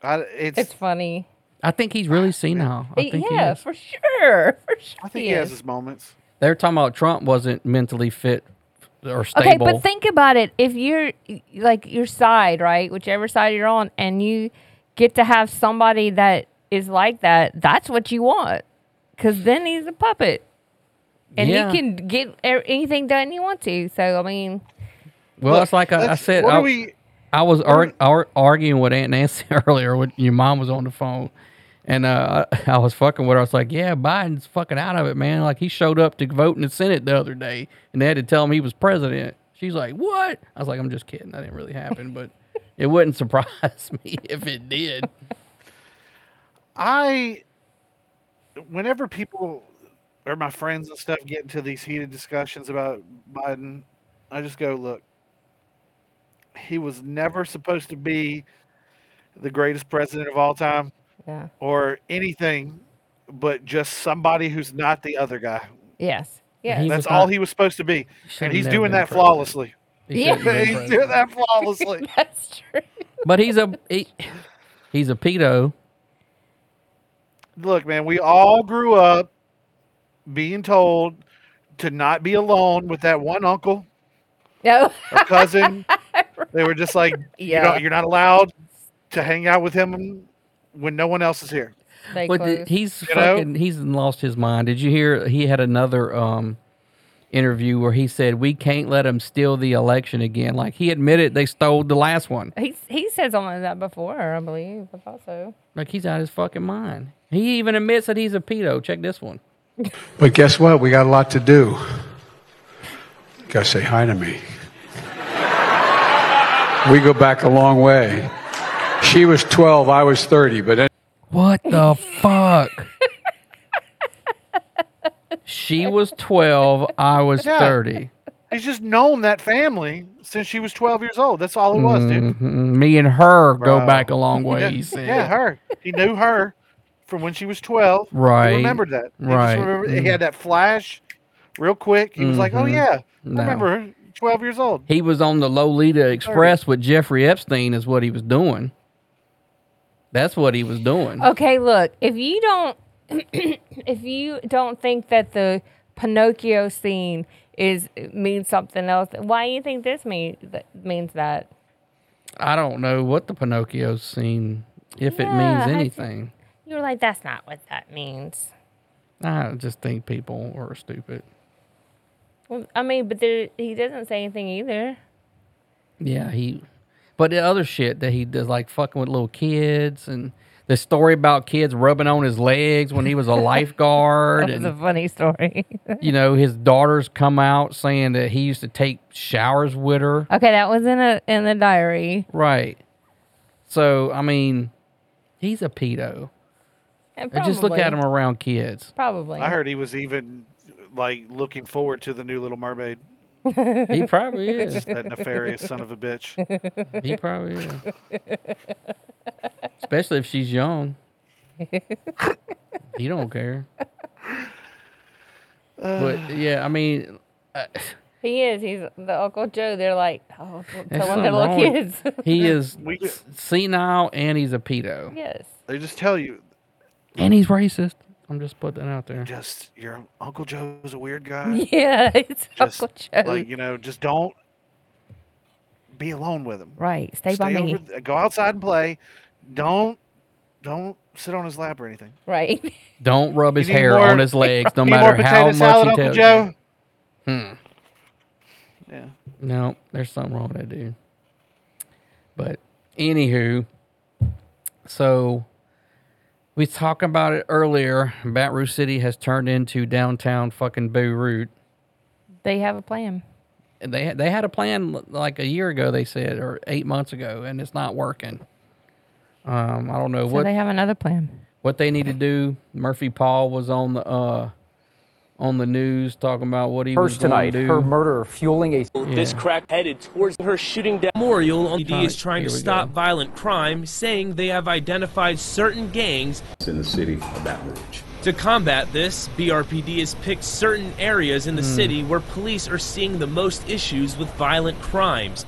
Speaker 5: I, it's,
Speaker 4: It's funny.
Speaker 3: I think he's really senile. I think he
Speaker 4: yeah,
Speaker 3: is.
Speaker 4: for sure. For sure.
Speaker 5: I think
Speaker 4: he
Speaker 5: he has
Speaker 4: is.
Speaker 5: his moments.
Speaker 3: They're talking about Trump wasn't mentally fit or stable.
Speaker 4: Okay, but think about it. If you're like your side, right, whichever side you're on, and you get to have somebody that is like that, that's what you want, because then he's a puppet, and
Speaker 3: Yeah.
Speaker 4: he can get a- anything done he wants to. So I mean,
Speaker 3: well,
Speaker 5: Look,
Speaker 3: it's like I, I
Speaker 5: that's-
Speaker 3: said.
Speaker 5: what
Speaker 3: I,
Speaker 5: do we?
Speaker 3: I was ar- ar- arguing with Aunt Nancy [LAUGHS] earlier. When your mom was on the phone, and uh, I, I was fucking with her. I was like, "Yeah, Biden's fucking out of it, man. Like he showed up to vote in the Senate the other day, and they had to tell him he was president." She's like, "What?" I was like, "I'm just kidding. That didn't really happen, but it wouldn't [LAUGHS] surprise me if it did."
Speaker 5: I, whenever people or my friends and stuff get into these heated discussions about Biden, I just go, look, he was never supposed to be the greatest president of all time
Speaker 4: yeah,
Speaker 5: or anything, but just somebody who's not the other guy.
Speaker 4: yes, [LAUGHS] yeah,
Speaker 3: [LAUGHS] He
Speaker 5: That's
Speaker 3: was
Speaker 5: all
Speaker 3: not-
Speaker 5: he was supposed to be. And
Speaker 3: should've
Speaker 5: he's
Speaker 3: never
Speaker 5: doing
Speaker 3: been
Speaker 5: that
Speaker 3: president.
Speaker 5: flawlessly.
Speaker 3: He
Speaker 4: Yeah.
Speaker 3: shouldn't have been
Speaker 5: [LAUGHS] He's doing
Speaker 3: president.
Speaker 5: that flawlessly.
Speaker 4: that's true.
Speaker 3: But he's a he, he's a pedo.
Speaker 5: Look, man, we all grew up being told to not be alone with that one uncle
Speaker 4: No,
Speaker 5: or cousin. they were just like, you
Speaker 4: Yeah.
Speaker 5: know, you're not allowed to hang out with him when no one else is here.
Speaker 4: Stay
Speaker 3: Well, did-
Speaker 4: close.
Speaker 3: he's
Speaker 5: You know?
Speaker 3: fucking. He's lost his mind. Did you hear? He had another um interview where he said we can't let him steal the election again. Like he admitted they stole the last one.
Speaker 4: He he said something like that before, I believe. If also,
Speaker 3: Like he's out of his fucking mind. He even admits that he's a pedo. Check this one.
Speaker 10: But guess what? We got a lot to do. Gotta say hi to me. We go back a long way. She was 12, I was 30, but it-
Speaker 3: What the fuck? [LAUGHS] She was twelve. I was
Speaker 5: Yeah.
Speaker 3: thirty.
Speaker 5: He's just known that family since she was 12 years old. That's all it was, dude.
Speaker 3: Mm, Me and her go
Speaker 5: Bro.
Speaker 3: back a long way. He
Speaker 5: [LAUGHS] Yeah,
Speaker 3: said.
Speaker 5: yeah, her. He knew her from when she was 12.
Speaker 3: Right.
Speaker 5: He remembered that. He just
Speaker 3: Right. Mm.
Speaker 5: remembered- he had that flash real quick. He was like, oh,
Speaker 3: Mhm.
Speaker 5: yeah,
Speaker 3: No.
Speaker 5: I remember her, 12 years old.
Speaker 3: He was on the Lolita Express with Jeffrey Epstein, is what he was doing. That's what he was doing.
Speaker 4: okay, look, if you don't, [CLEARS THROAT] if you don't think that the Pinocchio scene is means something else, why do you think this mean that means that?
Speaker 3: I don't know what the Pinocchio scene, if it
Speaker 4: Yeah, I
Speaker 3: means
Speaker 4: think-
Speaker 3: anything.
Speaker 4: You're like, that's not what that means.
Speaker 3: I just think people are stupid.
Speaker 4: Well, I mean, but there, he doesn't say anything either.
Speaker 3: Yeah, he. But the other shit that he does, like fucking with little kids, and the story about kids rubbing on his legs when
Speaker 4: [LAUGHS]
Speaker 3: he was a lifeguard,
Speaker 4: It's a
Speaker 3: and
Speaker 4: funny story. [LAUGHS] okay,
Speaker 3: you know his daughters come out saying that he used to take showers with her.
Speaker 4: that was in a in the diary.
Speaker 3: Right. So I mean, he's a pedo.
Speaker 4: And
Speaker 3: And Just look
Speaker 4: probably-
Speaker 3: at him around kids.
Speaker 4: Probably.
Speaker 5: I heard he was even like looking forward to the new Little Mermaid.
Speaker 3: He probably is.
Speaker 5: That nefarious son of
Speaker 4: [LAUGHS]
Speaker 5: a bitch.
Speaker 3: He probably is. Especially if she's young. he don't care. But yeah, I mean,
Speaker 4: He is. He's the Uncle Joe. They're like, oh, don't
Speaker 3: there's
Speaker 4: tell them they're
Speaker 3: something
Speaker 4: little
Speaker 3: wrong
Speaker 4: kids. [LAUGHS]
Speaker 3: with- [LAUGHS] he is
Speaker 5: We-
Speaker 3: s- senile and he's a pedo [LAUGHS]
Speaker 4: yes.
Speaker 5: They just tell you,
Speaker 3: and he's racist. I'm just putting that out there.
Speaker 5: just your Uncle Joe's a weird guy.
Speaker 4: Yeah, it's
Speaker 5: Just
Speaker 4: Uncle Joe.
Speaker 5: like you know, just don't be alone with him.
Speaker 4: right. Stay, by
Speaker 5: Stay
Speaker 4: me.
Speaker 5: over, th- go outside and play. Don't don't sit on his lap or anything.
Speaker 4: Right.
Speaker 3: Don't rub his
Speaker 5: You need
Speaker 3: hair
Speaker 5: more-
Speaker 3: on his legs, no
Speaker 5: [LAUGHS] Need more
Speaker 3: matter how
Speaker 5: potato
Speaker 3: much
Speaker 5: salad,
Speaker 3: he
Speaker 5: Uncle
Speaker 3: tells
Speaker 5: Joe.
Speaker 3: you. Hmm.
Speaker 5: Yeah.
Speaker 3: No, there's something wrong with that dude. But anywho, so we was talking about it earlier. Baton Rouge City has turned into downtown fucking Beirut.
Speaker 4: they have a plan.
Speaker 3: And they they had a plan l- like a year ago, they said, or eight months ago, and it's not working. Um, I don't know
Speaker 4: So
Speaker 3: what
Speaker 4: they have another plan.
Speaker 3: what they need to do. Murphy Paul was on the uh, on the news talking about what he was tonight. Do. Her murder fueling a this crack headed towards her shooting down. Memorial on is trying to stop
Speaker 10: in the city of Baton Rouge.
Speaker 11: To combat this, BRPD has picked certain areas in the
Speaker 12: Hmm.
Speaker 11: city where police are seeing the most issues with violent crimes.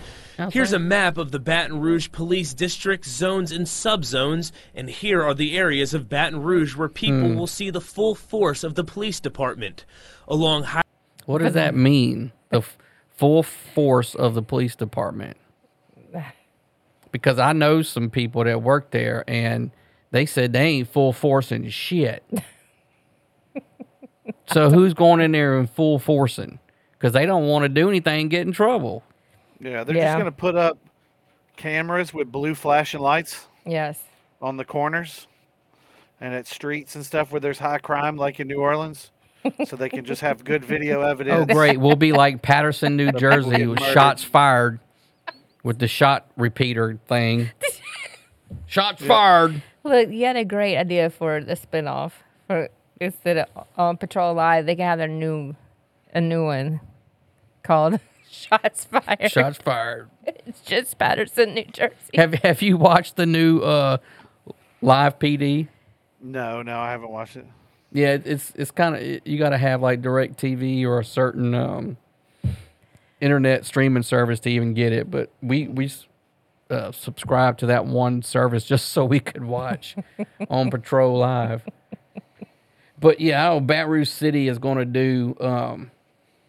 Speaker 11: Here's a map of the Baton Rouge police districts, zones, and subzones, and here are the areas of Baton Rouge where people
Speaker 3: Hmm.
Speaker 11: will see the full force of the police department. Along high-
Speaker 3: What does that mean? The f- full force of the police [SIGHS] department. Because I know some people that work there and they said they ain't full forcing [LAUGHS] shit. so who's going in there and full forcing? Because they don't want to do anything and get in trouble.
Speaker 5: Yeah, they're
Speaker 3: Yeah.
Speaker 5: just gonna put up cameras with blue flashing lights
Speaker 4: Yes.
Speaker 5: on the corners and at streets and stuff where there's high crime, like in New Orleans, so they can just have good video evidence.
Speaker 3: [LAUGHS] Oh, great. We'll be like Patterson, [LAUGHS] New
Speaker 5: The people
Speaker 3: Jersey
Speaker 5: get
Speaker 3: with
Speaker 5: murdered.
Speaker 3: shots fired with the shot repeater thing. [LAUGHS] Shots fired.
Speaker 4: Look, you had a great idea for the spinoff. For instead of on Patrol Live, they can have their new, a new one, called [LAUGHS] Shots Fired.
Speaker 3: Shots fired.
Speaker 4: It's just Patterson, New Jersey.
Speaker 3: Have Have you watched the new uh, Live PD?
Speaker 5: [LAUGHS] No, no, I
Speaker 3: [LAUGHS]
Speaker 5: haven't watched it.
Speaker 3: Yeah, it- it's it's kind of you got to have like Direct TV or a certain um, internet streaming service to even get it. But we we s- uh, subscribe to that one service just so we could watch on Patrol Live. But yeah, I know Baton Rouge City is going to do, um,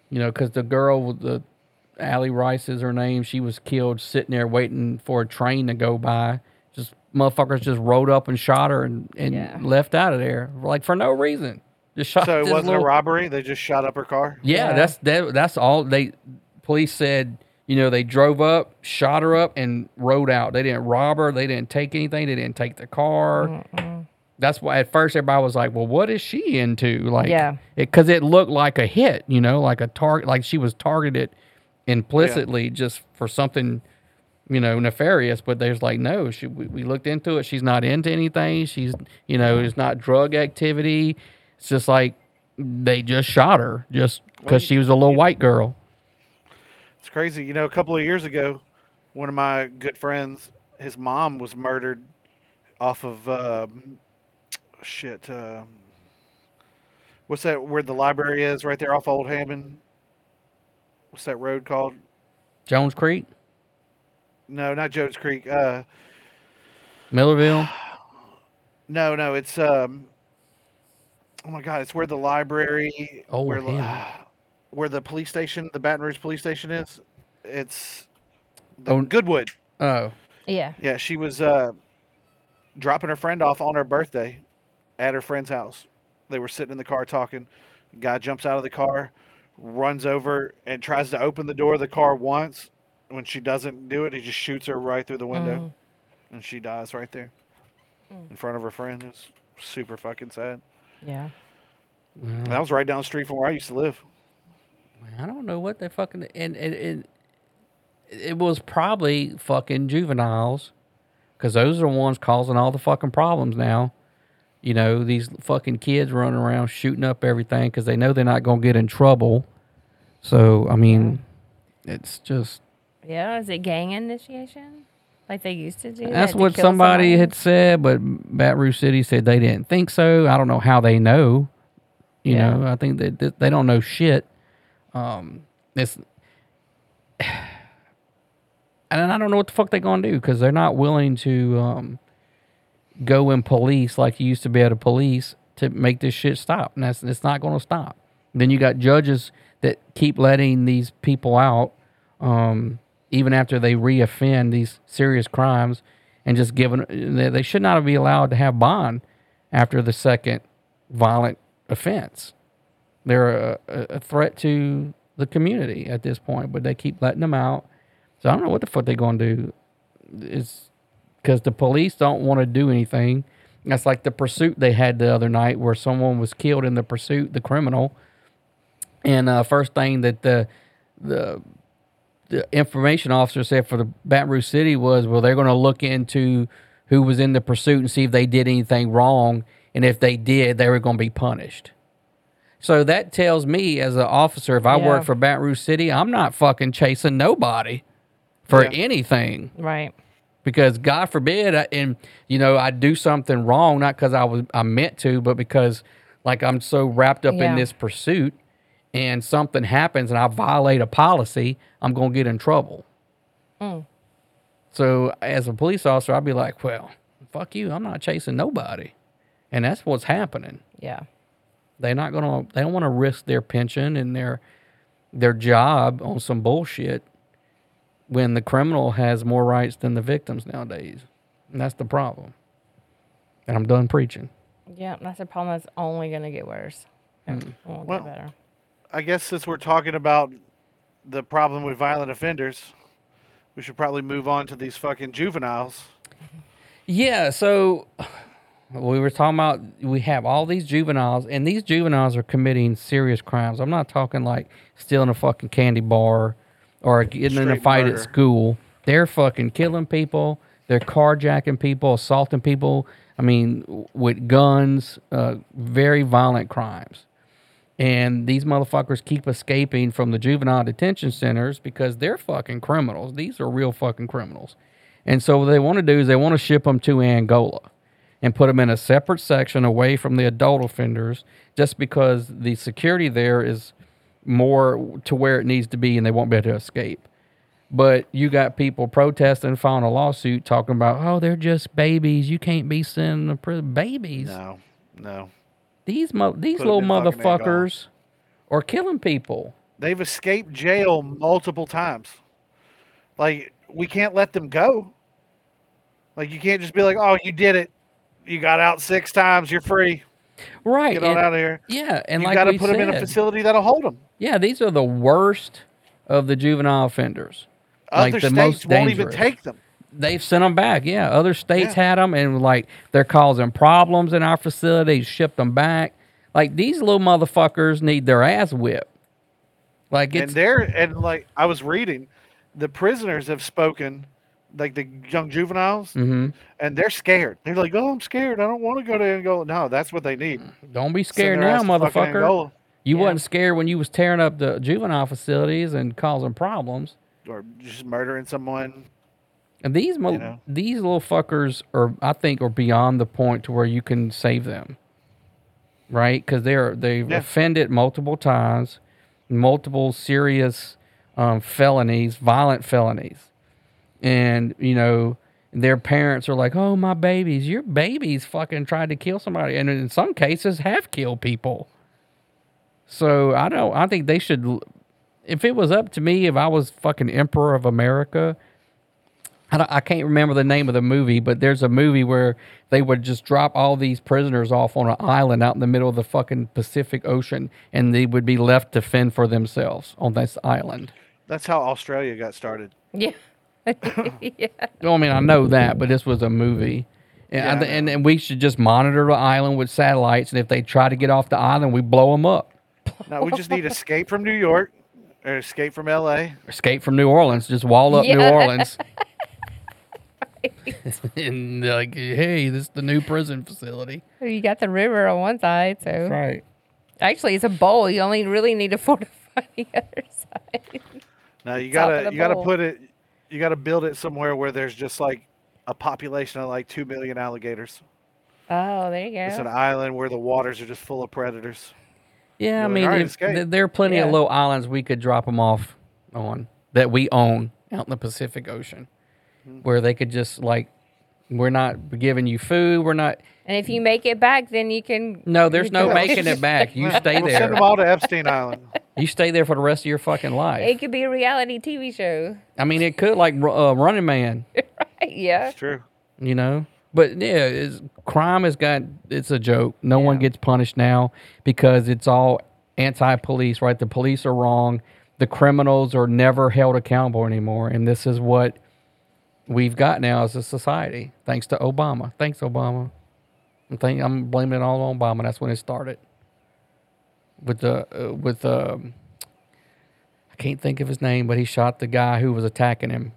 Speaker 3: you know, because the girl with the Allie Rice is her name. She was killed sitting there waiting for a train to go by. Just motherfuckers just rode up and shot her and, and
Speaker 5: Yeah.
Speaker 3: left out of there like for no reason. Just shot.
Speaker 5: So it
Speaker 3: this
Speaker 5: wasn't
Speaker 3: little-
Speaker 5: a robbery; they just shot up her car.
Speaker 3: yeah, that's that, that's all they police said, you know, they drove up, shot her up and rode out. They didn't rob her, they didn't take anything, they didn't take the car. That's why at first everybody was like, "Well, what is she into?" Like
Speaker 4: Yeah.
Speaker 3: it, cuz it looked like a hit, you know, like a target like she was targeted implicitly just for something you know nefarious but there's like no she we, we looked into it she's not into anything she's you know it's not drug activity it's just like they just shot her just because she was a little white girl
Speaker 5: It's crazy. You know, a couple of years ago, one of my good friends, his mom was murdered off of um shit. um what's that? Where the library is, right there off Old Hammond. What's that road called?
Speaker 3: jones creek
Speaker 5: No, not Jones Creek. Uh,
Speaker 3: millerville
Speaker 5: no, no, it's um. Oh my God! It's where the library,
Speaker 3: Old
Speaker 5: where, li-
Speaker 3: Hammond.
Speaker 5: where the police station, the Baton Rouge police station is. It's the
Speaker 3: Oh.
Speaker 5: Goodwood.
Speaker 3: oh
Speaker 4: Yeah.
Speaker 5: Yeah, she was uh, dropping her friend off on her birthday at her friend's house. They were sitting in the car talking. Guy jumps out of the car, runs over, and tries to open the door of the car once. When she doesn't do it, he just shoots her right through the window, and she dies right there in front of her friend. It's super fucking sad.
Speaker 4: Yeah.
Speaker 5: And That was right down the street from where I used to live.
Speaker 3: i don't know what they fucking and and, and it was probably fucking juveniles because those are the ones causing all the fucking problems now you know these fucking kids running around shooting up everything because they know they're not going to get in trouble so i mean it's just
Speaker 4: Yeah. Is it gang initiation? Like they used to do. They had
Speaker 3: That's
Speaker 4: to
Speaker 3: what
Speaker 4: kill
Speaker 3: somebody
Speaker 4: somebody.
Speaker 3: had said, but Baton Rouge City said they didn't think so. I don't know how they know. You
Speaker 4: Yeah.
Speaker 3: know, I think that that they don't know shit. Um, it's [SIGHS] and I don't know what the fuck they're gonna do because they're not willing to um, go and police like you used to be able to police to make this shit stop, and that's it's not gonna stop. Then you got judges that keep letting these people out, um, even after they reoffend these serious crimes, and just giving they, they should not be allowed to have bond after the second violent offense. They're a, a a threat to the community at this point, but they keep letting them out. So I don't know what the fuck they're going to do. It's because the police don't want to do anything. That's like the pursuit they had the other night where someone was killed in the pursuit, the criminal. And uh, first thing that the the the information officer said for the Baton Rouge City was, well, they're going to look into who was in the pursuit and see if they did anything wrong, and if they did, they were going to be punished. So that tells me, as an officer, if I
Speaker 4: Yeah.
Speaker 3: work for Baton Rouge City, I'm not fucking chasing nobody for anything
Speaker 4: Right.
Speaker 3: because God forbid, I, and you know, I do something wrong, not because I was I meant to, but because like I'm so wrapped up
Speaker 4: Yeah.
Speaker 3: in this pursuit and something happens and I violate a policy, I'm going to get in trouble.
Speaker 4: Mm.
Speaker 3: So as a police officer, I'd be like, well, fuck you. I'm not chasing nobody. And that's what's happening.
Speaker 4: Yeah.
Speaker 3: They're not going to, they don't want to risk their pension and their, their job on some bullshit when the criminal has more rights than the victims nowadays. And that's the problem. And I'm done preaching.
Speaker 4: Yeah, that's a problem that's only going to get worse.
Speaker 3: Hmm.
Speaker 4: It won't
Speaker 5: Well,
Speaker 4: get better.
Speaker 5: I guess since we're talking about the problem with violent offenders, we should probably move on to these fucking juveniles.
Speaker 3: Yeah, so we were talking about we have all these juveniles, and these juveniles are committing serious crimes. I'm not talking like stealing a fucking candy bar or getting in a
Speaker 12: Straight
Speaker 3: fight
Speaker 12: murder.
Speaker 3: at school. They're fucking killing people. They're carjacking people, assaulting people. I mean, w- with guns, uh, very violent crimes. And these motherfuckers keep escaping from the juvenile detention centers because they're fucking criminals. These are real fucking criminals. And so what they want to do is they want to ship them to Angola and put them in a separate section away from the adult offenders just because the security there is more to where it needs to be and they won't be able to escape. But you got people protesting, filing a lawsuit, talking about, oh, they're just babies. You can't be sending them to prison. Babies.
Speaker 5: No, no.
Speaker 3: These mo- these
Speaker 5: Put 'em
Speaker 3: little
Speaker 5: in fucking Angola.
Speaker 3: motherfuckers are killing people.
Speaker 5: They've escaped jail multiple times. Like we can't let them go. Like you can't just be like, "Oh, you did it. You got out six times. You're free.
Speaker 3: Right.
Speaker 5: Get on
Speaker 3: and-
Speaker 5: out of here."
Speaker 3: Yeah, and
Speaker 5: you
Speaker 3: like
Speaker 5: gotta
Speaker 3: we
Speaker 5: put them in a
Speaker 3: said-
Speaker 5: facility that'll hold them.
Speaker 3: Yeah, these are the worst of the juvenile offenders.
Speaker 5: Other
Speaker 3: like the
Speaker 5: states
Speaker 3: most
Speaker 5: won't even
Speaker 3: dangerous.
Speaker 5: take them.
Speaker 3: They've sent them back. Yeah, other states had 'em had them, and like they're causing problems in our facilities. Shipped them back. Like these little motherfuckers need their ass whipped. Like
Speaker 5: and
Speaker 3: it's
Speaker 5: there and like I was reading, the prisoners have spoken, like the young juveniles,
Speaker 3: Mhm.
Speaker 5: and they're scared. They're like, "Oh, I'm scared. I don't want to go to Angola." No, that's what they need.
Speaker 3: Don't be
Speaker 5: Send
Speaker 3: scared
Speaker 5: their
Speaker 3: now,
Speaker 5: ass to fucking
Speaker 3: motherfucker.
Speaker 5: Angola.
Speaker 3: You wasn't scared when you was tearing up the juvenile facilities and causing problems.
Speaker 5: Or just murdering someone.
Speaker 3: And these mo-
Speaker 5: know?
Speaker 3: these little fuckers are, I think, are beyond the point to where you can save them, right? Because they're they've
Speaker 5: Yeah.
Speaker 3: offended multiple times, multiple serious um, felonies, violent felonies, and you know their parents are like, "Oh, my babies, your babies fucking tried to kill somebody, and in some cases have killed people." So I don't. I think they should. l- If it was up to me, if I was fucking emperor of America, I, don't- I can't remember the name of the movie, but there's a movie where they would just drop all these prisoners off on an island out in the middle of the fucking Pacific Ocean, and they would be left to fend for themselves on this island.
Speaker 5: That's how Australia got started.
Speaker 4: [LAUGHS] Yeah. [LAUGHS] yeah.
Speaker 3: Well, I mean, I know that, but this was a movie. And, I
Speaker 5: Yeah, I
Speaker 3: th- and, and we should just monitor the island with satellites, and if they try to get off the island, we blow them up.
Speaker 5: Now we
Speaker 4: [LAUGHS]
Speaker 5: just need escape from New York or escape from L.A.
Speaker 3: Escape from New Orleans, just wall up New
Speaker 5: Yeah. [LAUGHS]
Speaker 3: Orleans. [LAUGHS] and they're like, hey, this is the new prison facility.
Speaker 4: You got the river on one side, so
Speaker 3: Right.
Speaker 4: actually it's a bowl. You only really need to [LAUGHS] fortify the other side.
Speaker 5: Now you
Speaker 4: Top of
Speaker 5: gotta
Speaker 4: the
Speaker 5: you gotta
Speaker 4: bowl.
Speaker 5: put it you gotta build it somewhere where there's just like a population of like two million alligators.
Speaker 4: Oh, there you go.
Speaker 5: It's an island where the waters are just full of predators.
Speaker 3: Yeah, I
Speaker 5: You're like,
Speaker 3: mean,
Speaker 5: "All right,
Speaker 3: if-
Speaker 5: escape."
Speaker 3: th- there are plenty of
Speaker 5: Yeah.
Speaker 3: little islands we could drop them off on that we own out in the Pacific Ocean,
Speaker 5: Hmm.
Speaker 3: where they could just like, we're not giving you food, we're not.
Speaker 4: and if you make it back, then you can.
Speaker 3: No, there's no
Speaker 4: Yeah.
Speaker 3: making it back. [LAUGHS] You stay
Speaker 5: We'll send
Speaker 3: there.
Speaker 5: them all to Epstein
Speaker 4: [LAUGHS]
Speaker 5: Island.
Speaker 3: You stay there for the rest of your fucking life.
Speaker 4: It could be a reality TV show.
Speaker 3: I mean, it could like Ru- uh, Running Man,
Speaker 4: [LAUGHS] yeah.
Speaker 5: True.
Speaker 3: you know. But yeah, it's, crime has got it's a joke. No one gets punished now because it's all anti-police, right? The police are wrong. The criminals are never held accountable anymore, and this is what we've got now as a society, thanks to Obama. Thanks, Obama. I'm think, I'm blaming it all on Obama. That's when it started. With the uh, with um, I can't think of his name, but he shot the guy who was attacking him.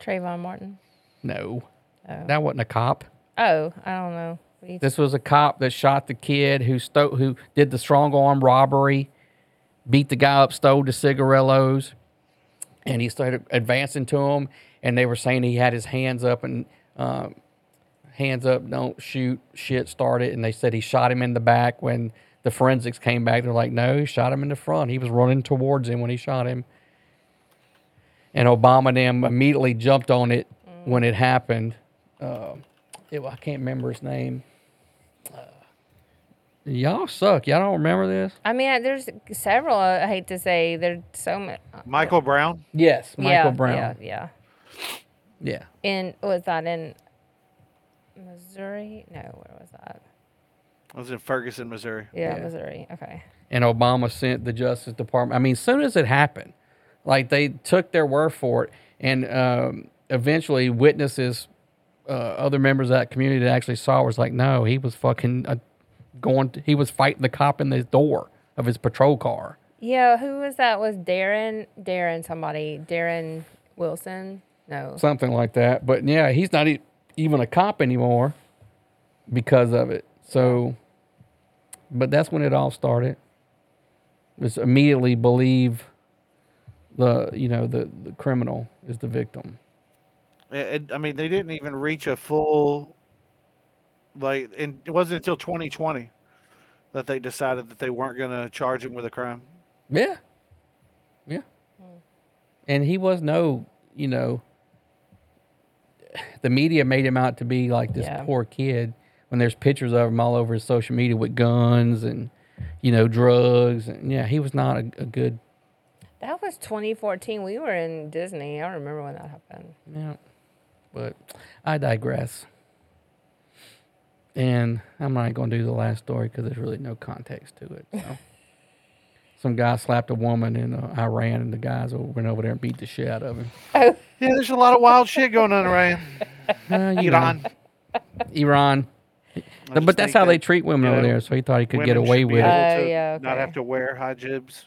Speaker 4: Trayvon Martin.
Speaker 3: No,
Speaker 4: Oh.
Speaker 3: that wasn't a cop.
Speaker 4: Oh, I don't know. What do you
Speaker 3: This was a cop that shot the kid who stole, who did the strong arm robbery, beat the guy up, stole the cigarillos, and he started advancing to him. And they were saying he had his hands up, and um, hands up, don't shoot, shit started. And they said he shot him in the back. When the forensics came back, they're like, no, he shot him in the front. He was running towards him when he shot him. And Obama and them immediately jumped on it when it happened. Uh, it, I can't remember his name. Uh, y'all suck. Y'all don't remember this?
Speaker 4: I mean, I- there's several. I hate to say there's so many.
Speaker 5: Michael Brown.
Speaker 3: Yes, Michael
Speaker 4: yeah,
Speaker 3: Brown.
Speaker 4: Yeah, yeah.
Speaker 3: Yeah.
Speaker 4: In was that in Missouri? No, where was that?
Speaker 5: I was in Ferguson, Missouri.
Speaker 4: Yeah, Missouri. Okay.
Speaker 3: and Obama sent the Justice Department. I mean, as soon as it happened, like they took their word for it, and um, eventually witnesses, uh, other members of that community that actually saw, was like, no, he was fucking uh, going. To, he was fighting the cop in the door of his patrol car.
Speaker 4: Yeah, who was that? Was Darren? Darren somebody? Darren Wilson? No.
Speaker 3: something like that. But yeah, he's not e- even a cop anymore because of it. So, but that's when it all started. Just immediately believe the you know the, the criminal is the victim.
Speaker 5: And, I mean, they didn't even reach a full, like, and it wasn't until 2020 that they decided that they weren't going to charge him with a crime.
Speaker 3: Yeah, yeah. And he was no you know. The media made him out to be like this
Speaker 4: Yeah.
Speaker 3: poor kid when there's pictures of him all over his social media with guns and you know drugs and yeah he was not a, a good
Speaker 4: That was 2014. We were in Disney. I remember when that happened.
Speaker 3: Yeah. But I digress. And I'm not going to do the last story because there's really no context to it. So. Some guy slapped a woman in uh, Iran, and the guys went over there and beat the shit out of him.
Speaker 5: Yeah, there's a lot of wild shit going on, [LAUGHS] Ryan.
Speaker 3: Uh, you know,
Speaker 5: Iran.
Speaker 3: Iran.
Speaker 5: just
Speaker 3: But that's
Speaker 5: think
Speaker 3: how
Speaker 5: that,
Speaker 3: they treat women
Speaker 5: you
Speaker 3: over
Speaker 5: know,
Speaker 3: there, so he thought he could get
Speaker 5: Women
Speaker 3: away
Speaker 5: should be
Speaker 3: with it.
Speaker 5: able
Speaker 4: Oh,
Speaker 5: to
Speaker 4: yeah,
Speaker 5: Not
Speaker 4: okay.
Speaker 5: have to wear hijabs.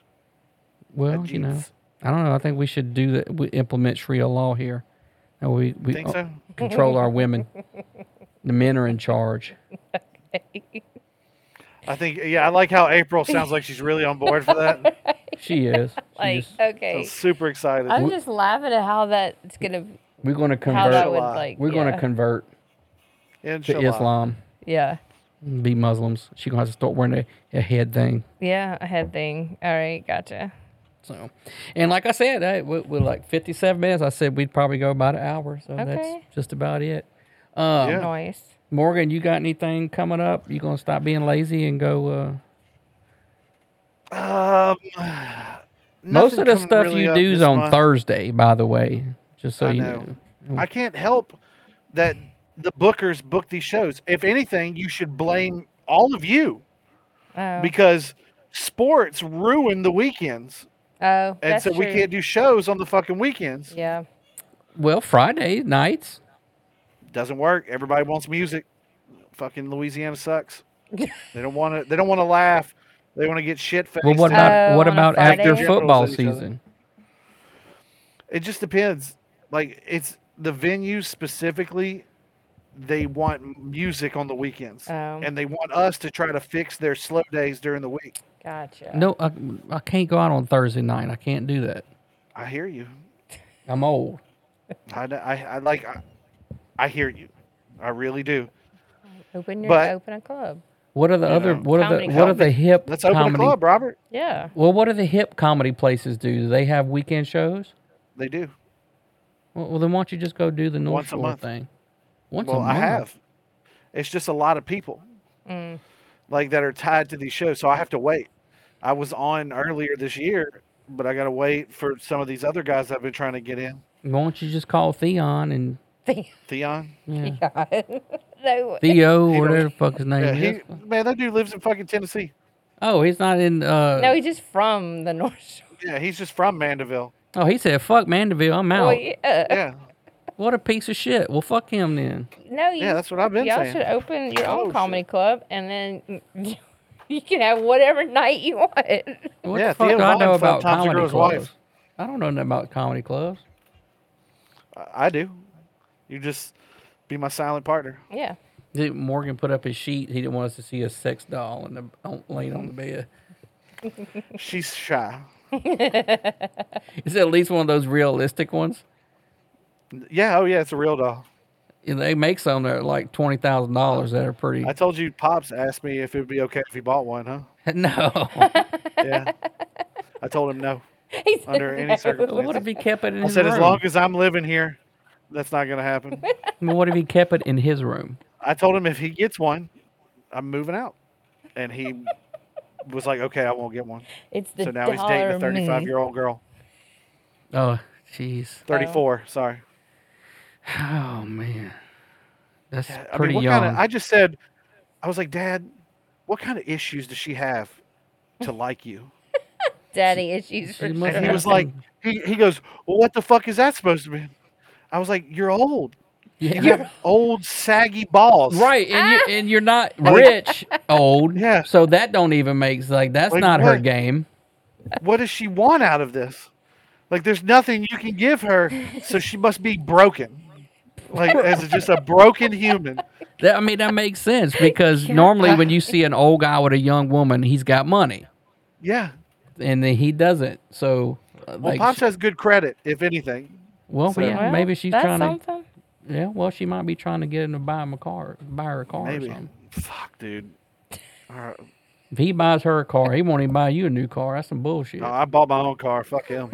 Speaker 3: Well, you know,
Speaker 5: jeez.
Speaker 3: I don't know. I think we should do that. We implement Sharia law here. And we we
Speaker 5: Think
Speaker 3: o-
Speaker 5: so?
Speaker 3: control
Speaker 4: [LAUGHS]
Speaker 3: our women. The men are in charge.
Speaker 5: I think, yeah, I like how April
Speaker 4: [LAUGHS]
Speaker 5: sounds like she's really on board for that.
Speaker 3: She is. She
Speaker 4: Like,
Speaker 3: just-
Speaker 5: I'm
Speaker 4: okay.
Speaker 5: super excited.
Speaker 4: I'm just laughing at how that's gonna.
Speaker 3: we're going to
Speaker 4: How that would
Speaker 3: convert.
Speaker 4: like.
Speaker 3: We're going to
Speaker 4: yeah.
Speaker 3: convert to
Speaker 5: Inshallah.
Speaker 3: Islam,
Speaker 4: Yeah.
Speaker 3: and be Muslims. She gonna have to start wearing a, a head thing.
Speaker 4: Yeah. A head thing. All right. Gotcha.
Speaker 3: So, and like I said, I, we we're like fifty-seven minutes. I said we'd probably go about an hour, so
Speaker 4: Okay.
Speaker 3: that's just about it. Um,
Speaker 5: Yeah.
Speaker 4: Nice.
Speaker 3: Morgan, you got anything coming up? You gonna stop being lazy and go? Uh,
Speaker 5: Um, [SIGHS]
Speaker 3: most of
Speaker 5: nothing
Speaker 3: the
Speaker 5: coming
Speaker 3: stuff
Speaker 5: really
Speaker 3: you
Speaker 5: up
Speaker 3: do's
Speaker 5: this
Speaker 3: on
Speaker 5: month.
Speaker 3: Thursday, by the way, just so
Speaker 5: I
Speaker 3: you
Speaker 5: know.
Speaker 3: know.
Speaker 5: I can't help that the bookers book these shows. If anything, you should blame all of you
Speaker 4: Oh.
Speaker 5: because sports ruin the weekends,
Speaker 4: oh.
Speaker 5: and
Speaker 4: That's
Speaker 5: so we
Speaker 4: true.
Speaker 5: can't do shows on the fucking weekends.
Speaker 4: Yeah.
Speaker 3: Well, Friday nights.
Speaker 5: Doesn't work. Everybody wants music. Fucking
Speaker 4: [LAUGHS]
Speaker 5: Louisiana sucks. they don't want to. They don't want to laugh. They want to get shit faced.
Speaker 3: Well, what about
Speaker 4: Oh,
Speaker 3: what
Speaker 4: on a
Speaker 3: about after
Speaker 4: Friday?
Speaker 3: football
Speaker 5: Generals at each other.
Speaker 3: season?
Speaker 5: It just depends. Like it's the venues specifically. They want music on the weekends,
Speaker 4: Oh.
Speaker 5: and they want us to try to fix their slow days during the week.
Speaker 4: Gotcha.
Speaker 3: No, I, I can't go out on Thursday night. I can't do that.
Speaker 5: I hear you.
Speaker 3: I'm old.
Speaker 5: I, kn- I, I like. I, I hear you. I really do.
Speaker 4: Open your.
Speaker 5: but-
Speaker 4: open a club.
Speaker 3: What are the other?
Speaker 5: know,
Speaker 3: what are the?
Speaker 4: comedy
Speaker 3: What are
Speaker 5: club.
Speaker 3: the hip?
Speaker 5: Let's open
Speaker 3: comedy?
Speaker 5: a club, Robert.
Speaker 4: Yeah. [LAUGHS]
Speaker 3: Well, what do the hip comedy places do? Do they have weekend shows?
Speaker 5: They do.
Speaker 3: Well, well then why don't you just go do the North
Speaker 5: Once a
Speaker 3: Shore
Speaker 5: month.
Speaker 3: thing? Once
Speaker 5: well,
Speaker 3: a
Speaker 5: I
Speaker 3: month.
Speaker 5: have. It's just a lot of people, like that are tied to these shows. So I have to wait. I was on earlier this year, but I got to wait for some of these other guys I've been trying to get in.
Speaker 3: Why don't you just call Theon and
Speaker 5: Theon.
Speaker 3: yeah.
Speaker 4: no.
Speaker 3: Theo,
Speaker 5: He
Speaker 3: whatever
Speaker 5: don't-
Speaker 3: the fuck his name
Speaker 5: Yeah,
Speaker 3: is?
Speaker 5: he, man, that dude lives in fucking Tennessee.
Speaker 3: Oh, he's not in. Uh,
Speaker 4: No, he's just from the
Speaker 5: [LAUGHS]
Speaker 4: North Shore.
Speaker 5: Yeah, he's just from Mandeville.
Speaker 3: oh, he said, "Fuck Mandeville, I'm out."
Speaker 4: Well, yeah.
Speaker 5: Yeah,
Speaker 3: What a piece of shit. Well, fuck him then.
Speaker 4: No, you,
Speaker 5: yeah, that's what I've been
Speaker 4: y'all
Speaker 5: saying.
Speaker 4: should open your
Speaker 5: Oh,
Speaker 4: own
Speaker 5: shit.
Speaker 4: comedy club, and then [LAUGHS] you can have whatever night you want. [LAUGHS]
Speaker 3: What
Speaker 5: Yeah,
Speaker 3: the fuck
Speaker 5: Theo
Speaker 3: do I know
Speaker 5: Vaughn
Speaker 3: about
Speaker 5: sometimes a
Speaker 3: comedy
Speaker 5: girl's
Speaker 3: clubs?
Speaker 5: wife.
Speaker 3: I don't know nothing about comedy clubs.
Speaker 5: I I do. You just be my silent partner.
Speaker 4: Yeah.
Speaker 3: Did- Morgan put up his sheet. He didn't want us to see a sex doll and the on, laying on the bed.
Speaker 5: She's shy.
Speaker 3: Is it at least one of those realistic ones?
Speaker 5: Yeah, oh yeah, it's a real doll.
Speaker 3: And they make some that are like twenty thousand dollars that are pretty.
Speaker 5: I told you, pops asked me if it would be okay if he bought one, huh?
Speaker 3: [LAUGHS]
Speaker 5: [LAUGHS]
Speaker 3: No.
Speaker 5: yeah. I told him no.
Speaker 4: [LAUGHS] He said
Speaker 5: Under
Speaker 4: no.
Speaker 5: any circumstances.
Speaker 4: What if
Speaker 3: he kept it in
Speaker 5: I
Speaker 3: his
Speaker 5: said, as
Speaker 3: room?"
Speaker 5: long as I'm living here, that's not going to happen.
Speaker 3: Well, what if he kept it in his room?
Speaker 5: I told him if he gets one, I'm moving out, and he was like, "Okay, I won't get one."
Speaker 4: It's the
Speaker 5: so now he's dating
Speaker 4: dollar
Speaker 5: a 35 year old girl,
Speaker 3: Oh, jeez.
Speaker 5: 34. Sorry,
Speaker 3: Oh man, that's
Speaker 5: Yeah,
Speaker 3: pretty
Speaker 5: what
Speaker 3: young.
Speaker 5: Kind of, I just said, I was like, "Dad, what kind of issues does she have
Speaker 3: [LAUGHS]
Speaker 5: to like you?"
Speaker 4: daddy issues. for
Speaker 3: She
Speaker 4: sure.
Speaker 3: must
Speaker 5: And he
Speaker 3: have
Speaker 5: was like,
Speaker 3: some-
Speaker 5: "He he goes, well, what the fuck is that supposed to mean?" I was like, "You're old."
Speaker 3: Yeah.
Speaker 5: You have old saggy balls.
Speaker 3: right, and you and you're not
Speaker 5: [LAUGHS] Like-
Speaker 3: rich, old.
Speaker 5: Yeah.
Speaker 3: So that don't even make like that's
Speaker 5: Like
Speaker 3: not her
Speaker 5: what?
Speaker 3: game.
Speaker 5: What does she want out of this? Like, there's nothing you can give her, so she must be broken. Like, as just a broken human.
Speaker 3: That I mean that makes
Speaker 5: [LAUGHS]
Speaker 3: sense because normally when you see an old guy with a young woman, he's got money,
Speaker 5: Yeah.
Speaker 3: and then he doesn't. So, uh,
Speaker 5: Well,
Speaker 3: like,
Speaker 5: Pops has good credit, if anything.
Speaker 3: well,
Speaker 5: so-
Speaker 3: yeah,
Speaker 4: Well,
Speaker 3: maybe she's
Speaker 4: that's
Speaker 3: trying to.
Speaker 4: something.
Speaker 3: Yeah, well, she might be trying to get him to buy him a car, buy her a car or
Speaker 5: Maybe.
Speaker 3: something.
Speaker 5: Fuck, dude. All right.
Speaker 3: If he buys her a car, he won't even buy you a new car. That's some bullshit.
Speaker 5: No, I bought my own car. Fuck him.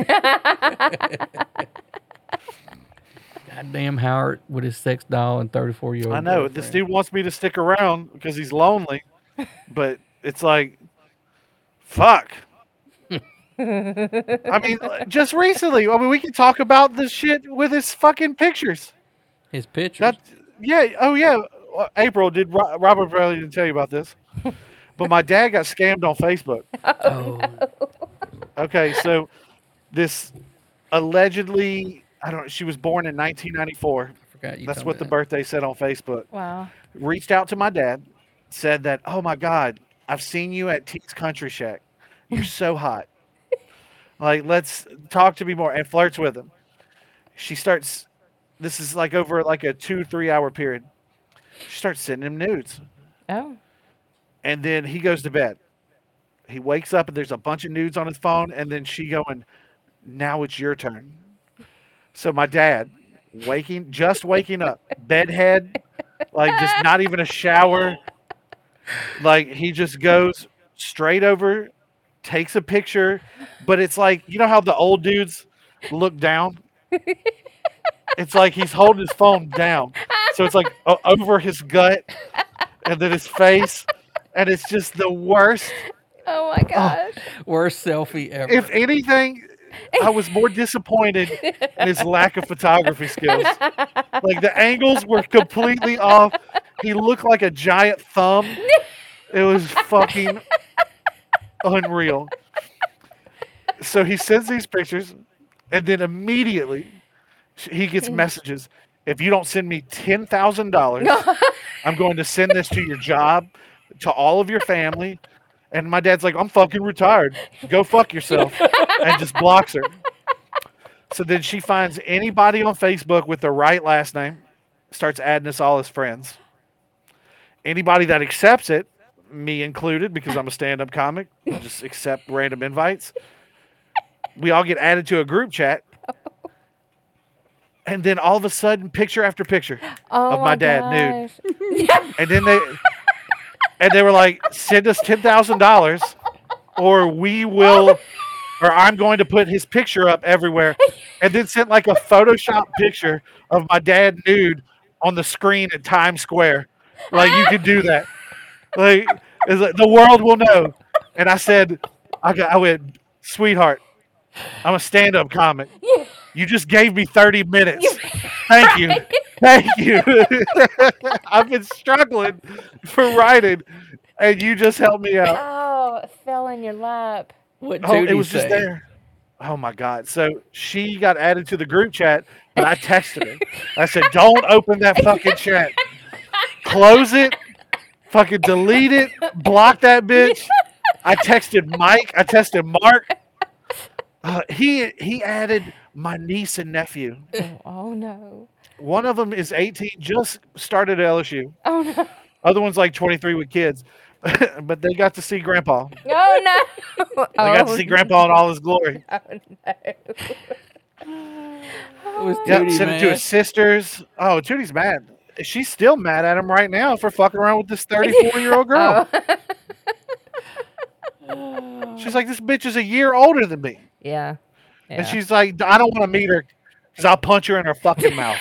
Speaker 3: Goddamn Howard with his sex doll and 34 year old.
Speaker 5: I know. This dude wants me to stick around because he's lonely, but it's like, fuck. I mean, just recently, I mean, we can talk about this shit with his fucking pictures.
Speaker 3: His pictures.
Speaker 5: That, yeah. Oh, yeah. uh, April did. Ro- Robert probably didn't tell you about this, but my dad got scammed on Facebook.
Speaker 3: oh,
Speaker 5: Okay, so this allegedly, I don't. She was born in 1994.
Speaker 3: I forgot you.
Speaker 5: That's
Speaker 3: told
Speaker 5: what
Speaker 3: me
Speaker 5: the
Speaker 3: that.
Speaker 5: birthday said on Facebook.
Speaker 4: Wow.
Speaker 5: Reached out to my dad, said that, "Oh my God, I've seen you at T's Country Shack. You're so hot. [LAUGHS] Like, let's talk to me more." And flirts with him. She starts. This is like over like a two three hour period. She starts sending him nudes.
Speaker 4: Oh.
Speaker 5: and then he goes to bed. He wakes up and there's a bunch of nudes on his phone, and then she going, "Now it's your turn." So my dad, waking, just waking up, bedhead, like just not even a shower, like he just goes straight over, takes a picture, but it's like you know how the old dudes look down. It's like he's holding his phone down, so it's like o- over his gut, and then his face, and it's just the worst.
Speaker 4: Oh my gosh.
Speaker 3: worst selfie ever.
Speaker 5: If anything, I was more disappointed in his lack of photography skills. Like the angles were completely off. He looked like a giant thumb. It was fucking unreal. So he sends these pictures, and then immediately sh- he gets messages. If you don't send me ten thousand dollars, I'm going to send this to your job, to all of your family. And my dad's like, I'm fucking retired. Go fuck yourself. and just blocks her. So then she finds anybody on Facebook with the right last name, starts adding us all as friends. Anybody that accepts it, me included, because I'm a stand up comic, I just accept random invites. We all get added to a group chat. And then all of a sudden, picture after picture
Speaker 4: Oh
Speaker 5: of my, dad nude.
Speaker 4: gosh.
Speaker 5: And then they and they were like, send us ten thousand dollars, or we will or I'm going to put his picture up everywhere. And then sent like a Photoshop picture of my dad nude on the screen at Times Square. Like you could do that. Like, it's like the world will know. And I said, I got I went, sweetheart, I'm a stand-up comic. You just gave me 30 minutes. Thank you. Thank you. [LAUGHS] I've been struggling for writing, and you just helped me out.
Speaker 4: Oh, it fell in your lap.
Speaker 3: what
Speaker 5: Oh,
Speaker 3: dude
Speaker 5: it
Speaker 3: he
Speaker 5: was just
Speaker 3: say?
Speaker 5: there. Oh my God. So she got added to the group chat, but I texted her. I said, Don't open that fucking chat. Close it, fucking delete it, block that bitch. I texted Mike, I texted Mark. Uh, he he added my niece and nephew.
Speaker 4: Oh, oh no.
Speaker 5: One of them is 18, just started at LSU.
Speaker 4: Oh no.
Speaker 5: Other one's like 23 with kids, [LAUGHS] but they got to see Grandpa. They
Speaker 4: Oh no. Oh They
Speaker 5: got to see Grandpa in all his glory.
Speaker 3: It was
Speaker 5: Yep,
Speaker 3: Tootie,
Speaker 5: sent it to
Speaker 3: man.
Speaker 5: his sisters. Oh, Tootie's mad. She's still mad at him right now for fucking around with this 34 year old
Speaker 4: Oh.
Speaker 3: [LAUGHS]
Speaker 5: girl.
Speaker 3: Oh.
Speaker 5: she's like, this bitch is a year older than me.
Speaker 4: Yeah.
Speaker 5: And she's like, I don't want to meet her because I'll punch her in her
Speaker 3: [LAUGHS]
Speaker 5: fucking mouth.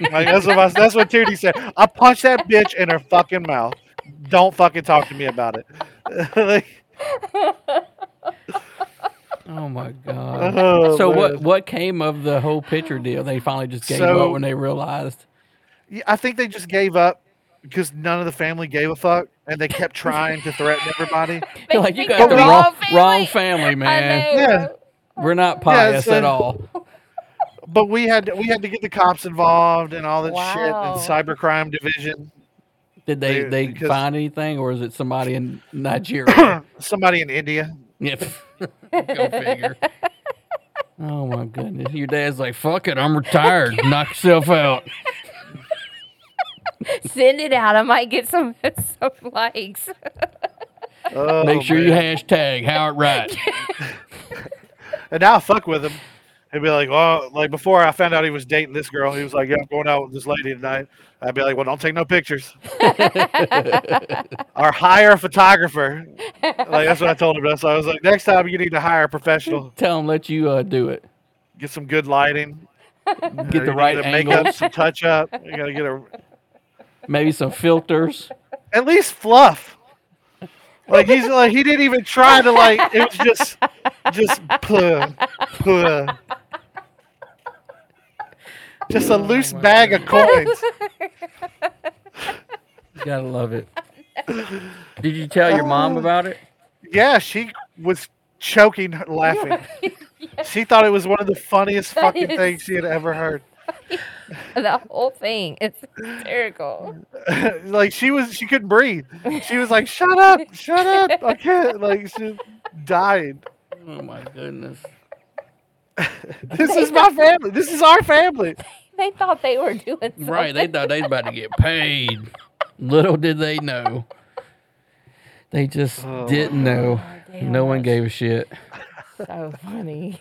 Speaker 5: like, that's, what I, that's what Tootie said. I punch that bitch in her fucking mouth. Don't fucking talk to me about it. [LAUGHS] Like,
Speaker 3: Oh my god.
Speaker 5: Oh,
Speaker 3: so what
Speaker 5: man.
Speaker 3: what came of the whole picture deal? They finally just gave
Speaker 5: So-
Speaker 3: up when they [LAUGHS] realized.
Speaker 5: Yeah, I think they just gave up because none of the family gave a fuck, and they kept trying to threaten everybody.
Speaker 3: [LAUGHS] They're like you
Speaker 5: think
Speaker 3: got the
Speaker 5: they're
Speaker 3: wrong
Speaker 5: the
Speaker 3: wrong family, man.
Speaker 5: Yeah,
Speaker 3: We're not pious
Speaker 5: so-
Speaker 3: at all.
Speaker 5: but we had we had to get the cops involved and all that shit
Speaker 4: Wow.
Speaker 5: and cybercrime division.
Speaker 3: Did they
Speaker 5: Dude,
Speaker 3: they
Speaker 5: because-
Speaker 3: find anything or is it somebody in
Speaker 5: [COUGHS]
Speaker 3: Nigeria? [LAUGHS]
Speaker 5: Somebody in India.
Speaker 3: yeah. Go figure. Oh my goodness. Your dad's like, fuck it, I'm [LAUGHS] retired. Knock yourself out.
Speaker 4: Send it out. I might get some [LAUGHS] some likes.
Speaker 5: Oh,
Speaker 3: Make sure
Speaker 5: man.
Speaker 3: you hashtag Howard Right.
Speaker 5: And now I fuck with him. He'd be like, "Oh, like before I found out he was dating this girl, he was like, yeah, I'm going out with this lady tonight.'" I'd be like, "Well, don't take no pictures, or hire a photographer." Like that's what I told him. So I was like, "Next time you need to hire a professional.
Speaker 3: Tell him let you uh, do it.
Speaker 5: Get some good lighting. you
Speaker 3: Get
Speaker 5: know,
Speaker 3: the
Speaker 5: you
Speaker 3: right
Speaker 5: gotta make up
Speaker 3: angles,
Speaker 5: some touch up. You gotta get a
Speaker 3: maybe some filters.
Speaker 5: at least fluff. Like he's like he didn't even try to like it was just just puh, puh. just
Speaker 4: Oh
Speaker 5: a loose bag of coins.
Speaker 3: You gotta love it. Did you tell your mom about it?
Speaker 5: Yeah, she was choking her-
Speaker 4: [LAUGHS]
Speaker 5: laughing. She thought it was one of the funniest
Speaker 4: That
Speaker 5: fucking
Speaker 4: is-
Speaker 5: things she had ever heard.
Speaker 4: [LAUGHS] the whole thing.
Speaker 3: [SIGHS]
Speaker 4: It's hysterical.
Speaker 5: [LAUGHS] like she was she couldn't breathe. She was like, Shut up, shut up. I can't like she died.
Speaker 4: [LAUGHS]
Speaker 3: Oh my goodness.
Speaker 5: This is my family. This is our
Speaker 4: [LAUGHS]
Speaker 5: family.
Speaker 4: They thought they were doing something.
Speaker 3: Right, they thought they was about to
Speaker 5: [LAUGHS]
Speaker 3: get paid. Little did they know. They just
Speaker 5: Oh.
Speaker 3: didn't know.
Speaker 4: damn,
Speaker 3: No one
Speaker 4: that's-
Speaker 3: gave a shit.
Speaker 4: so funny.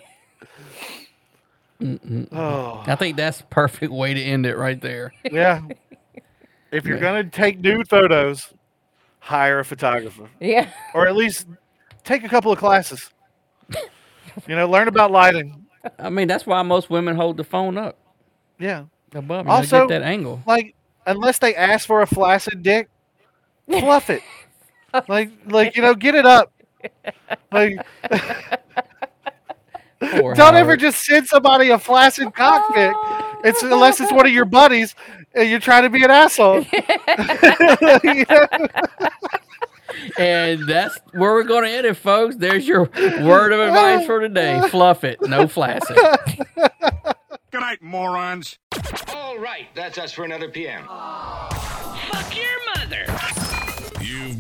Speaker 3: Mm-mm.
Speaker 5: Oh
Speaker 3: I think that's perfect way to end it right there.
Speaker 5: Yeah. If you're
Speaker 3: Yeah.
Speaker 5: gonna take nude photos, hire a photographer,
Speaker 4: [LAUGHS] Yeah.
Speaker 5: or at least take a couple of classes. You know, learn about lighting.
Speaker 3: I mean, that's why most women hold the phone up
Speaker 5: Yeah.
Speaker 3: above you
Speaker 5: Also-
Speaker 3: to get that angle.
Speaker 5: Like, unless they ask for a flaccid dick, fluff it. Like, like you know, get it up. Like,
Speaker 3: Poor
Speaker 5: don't ever
Speaker 3: Howard.
Speaker 5: just send somebody a flaccid cock pic. It's unless it's one of your buddies and you're trying to be an asshole. [LAUGHS] You know?
Speaker 3: And that's where we're going to end it, folks. There's your word of advice for today. Fluff it, no flaccid.
Speaker 1: Good night, morons.
Speaker 12: All right, that's us for another PM.
Speaker 2: Fuck your mother. You've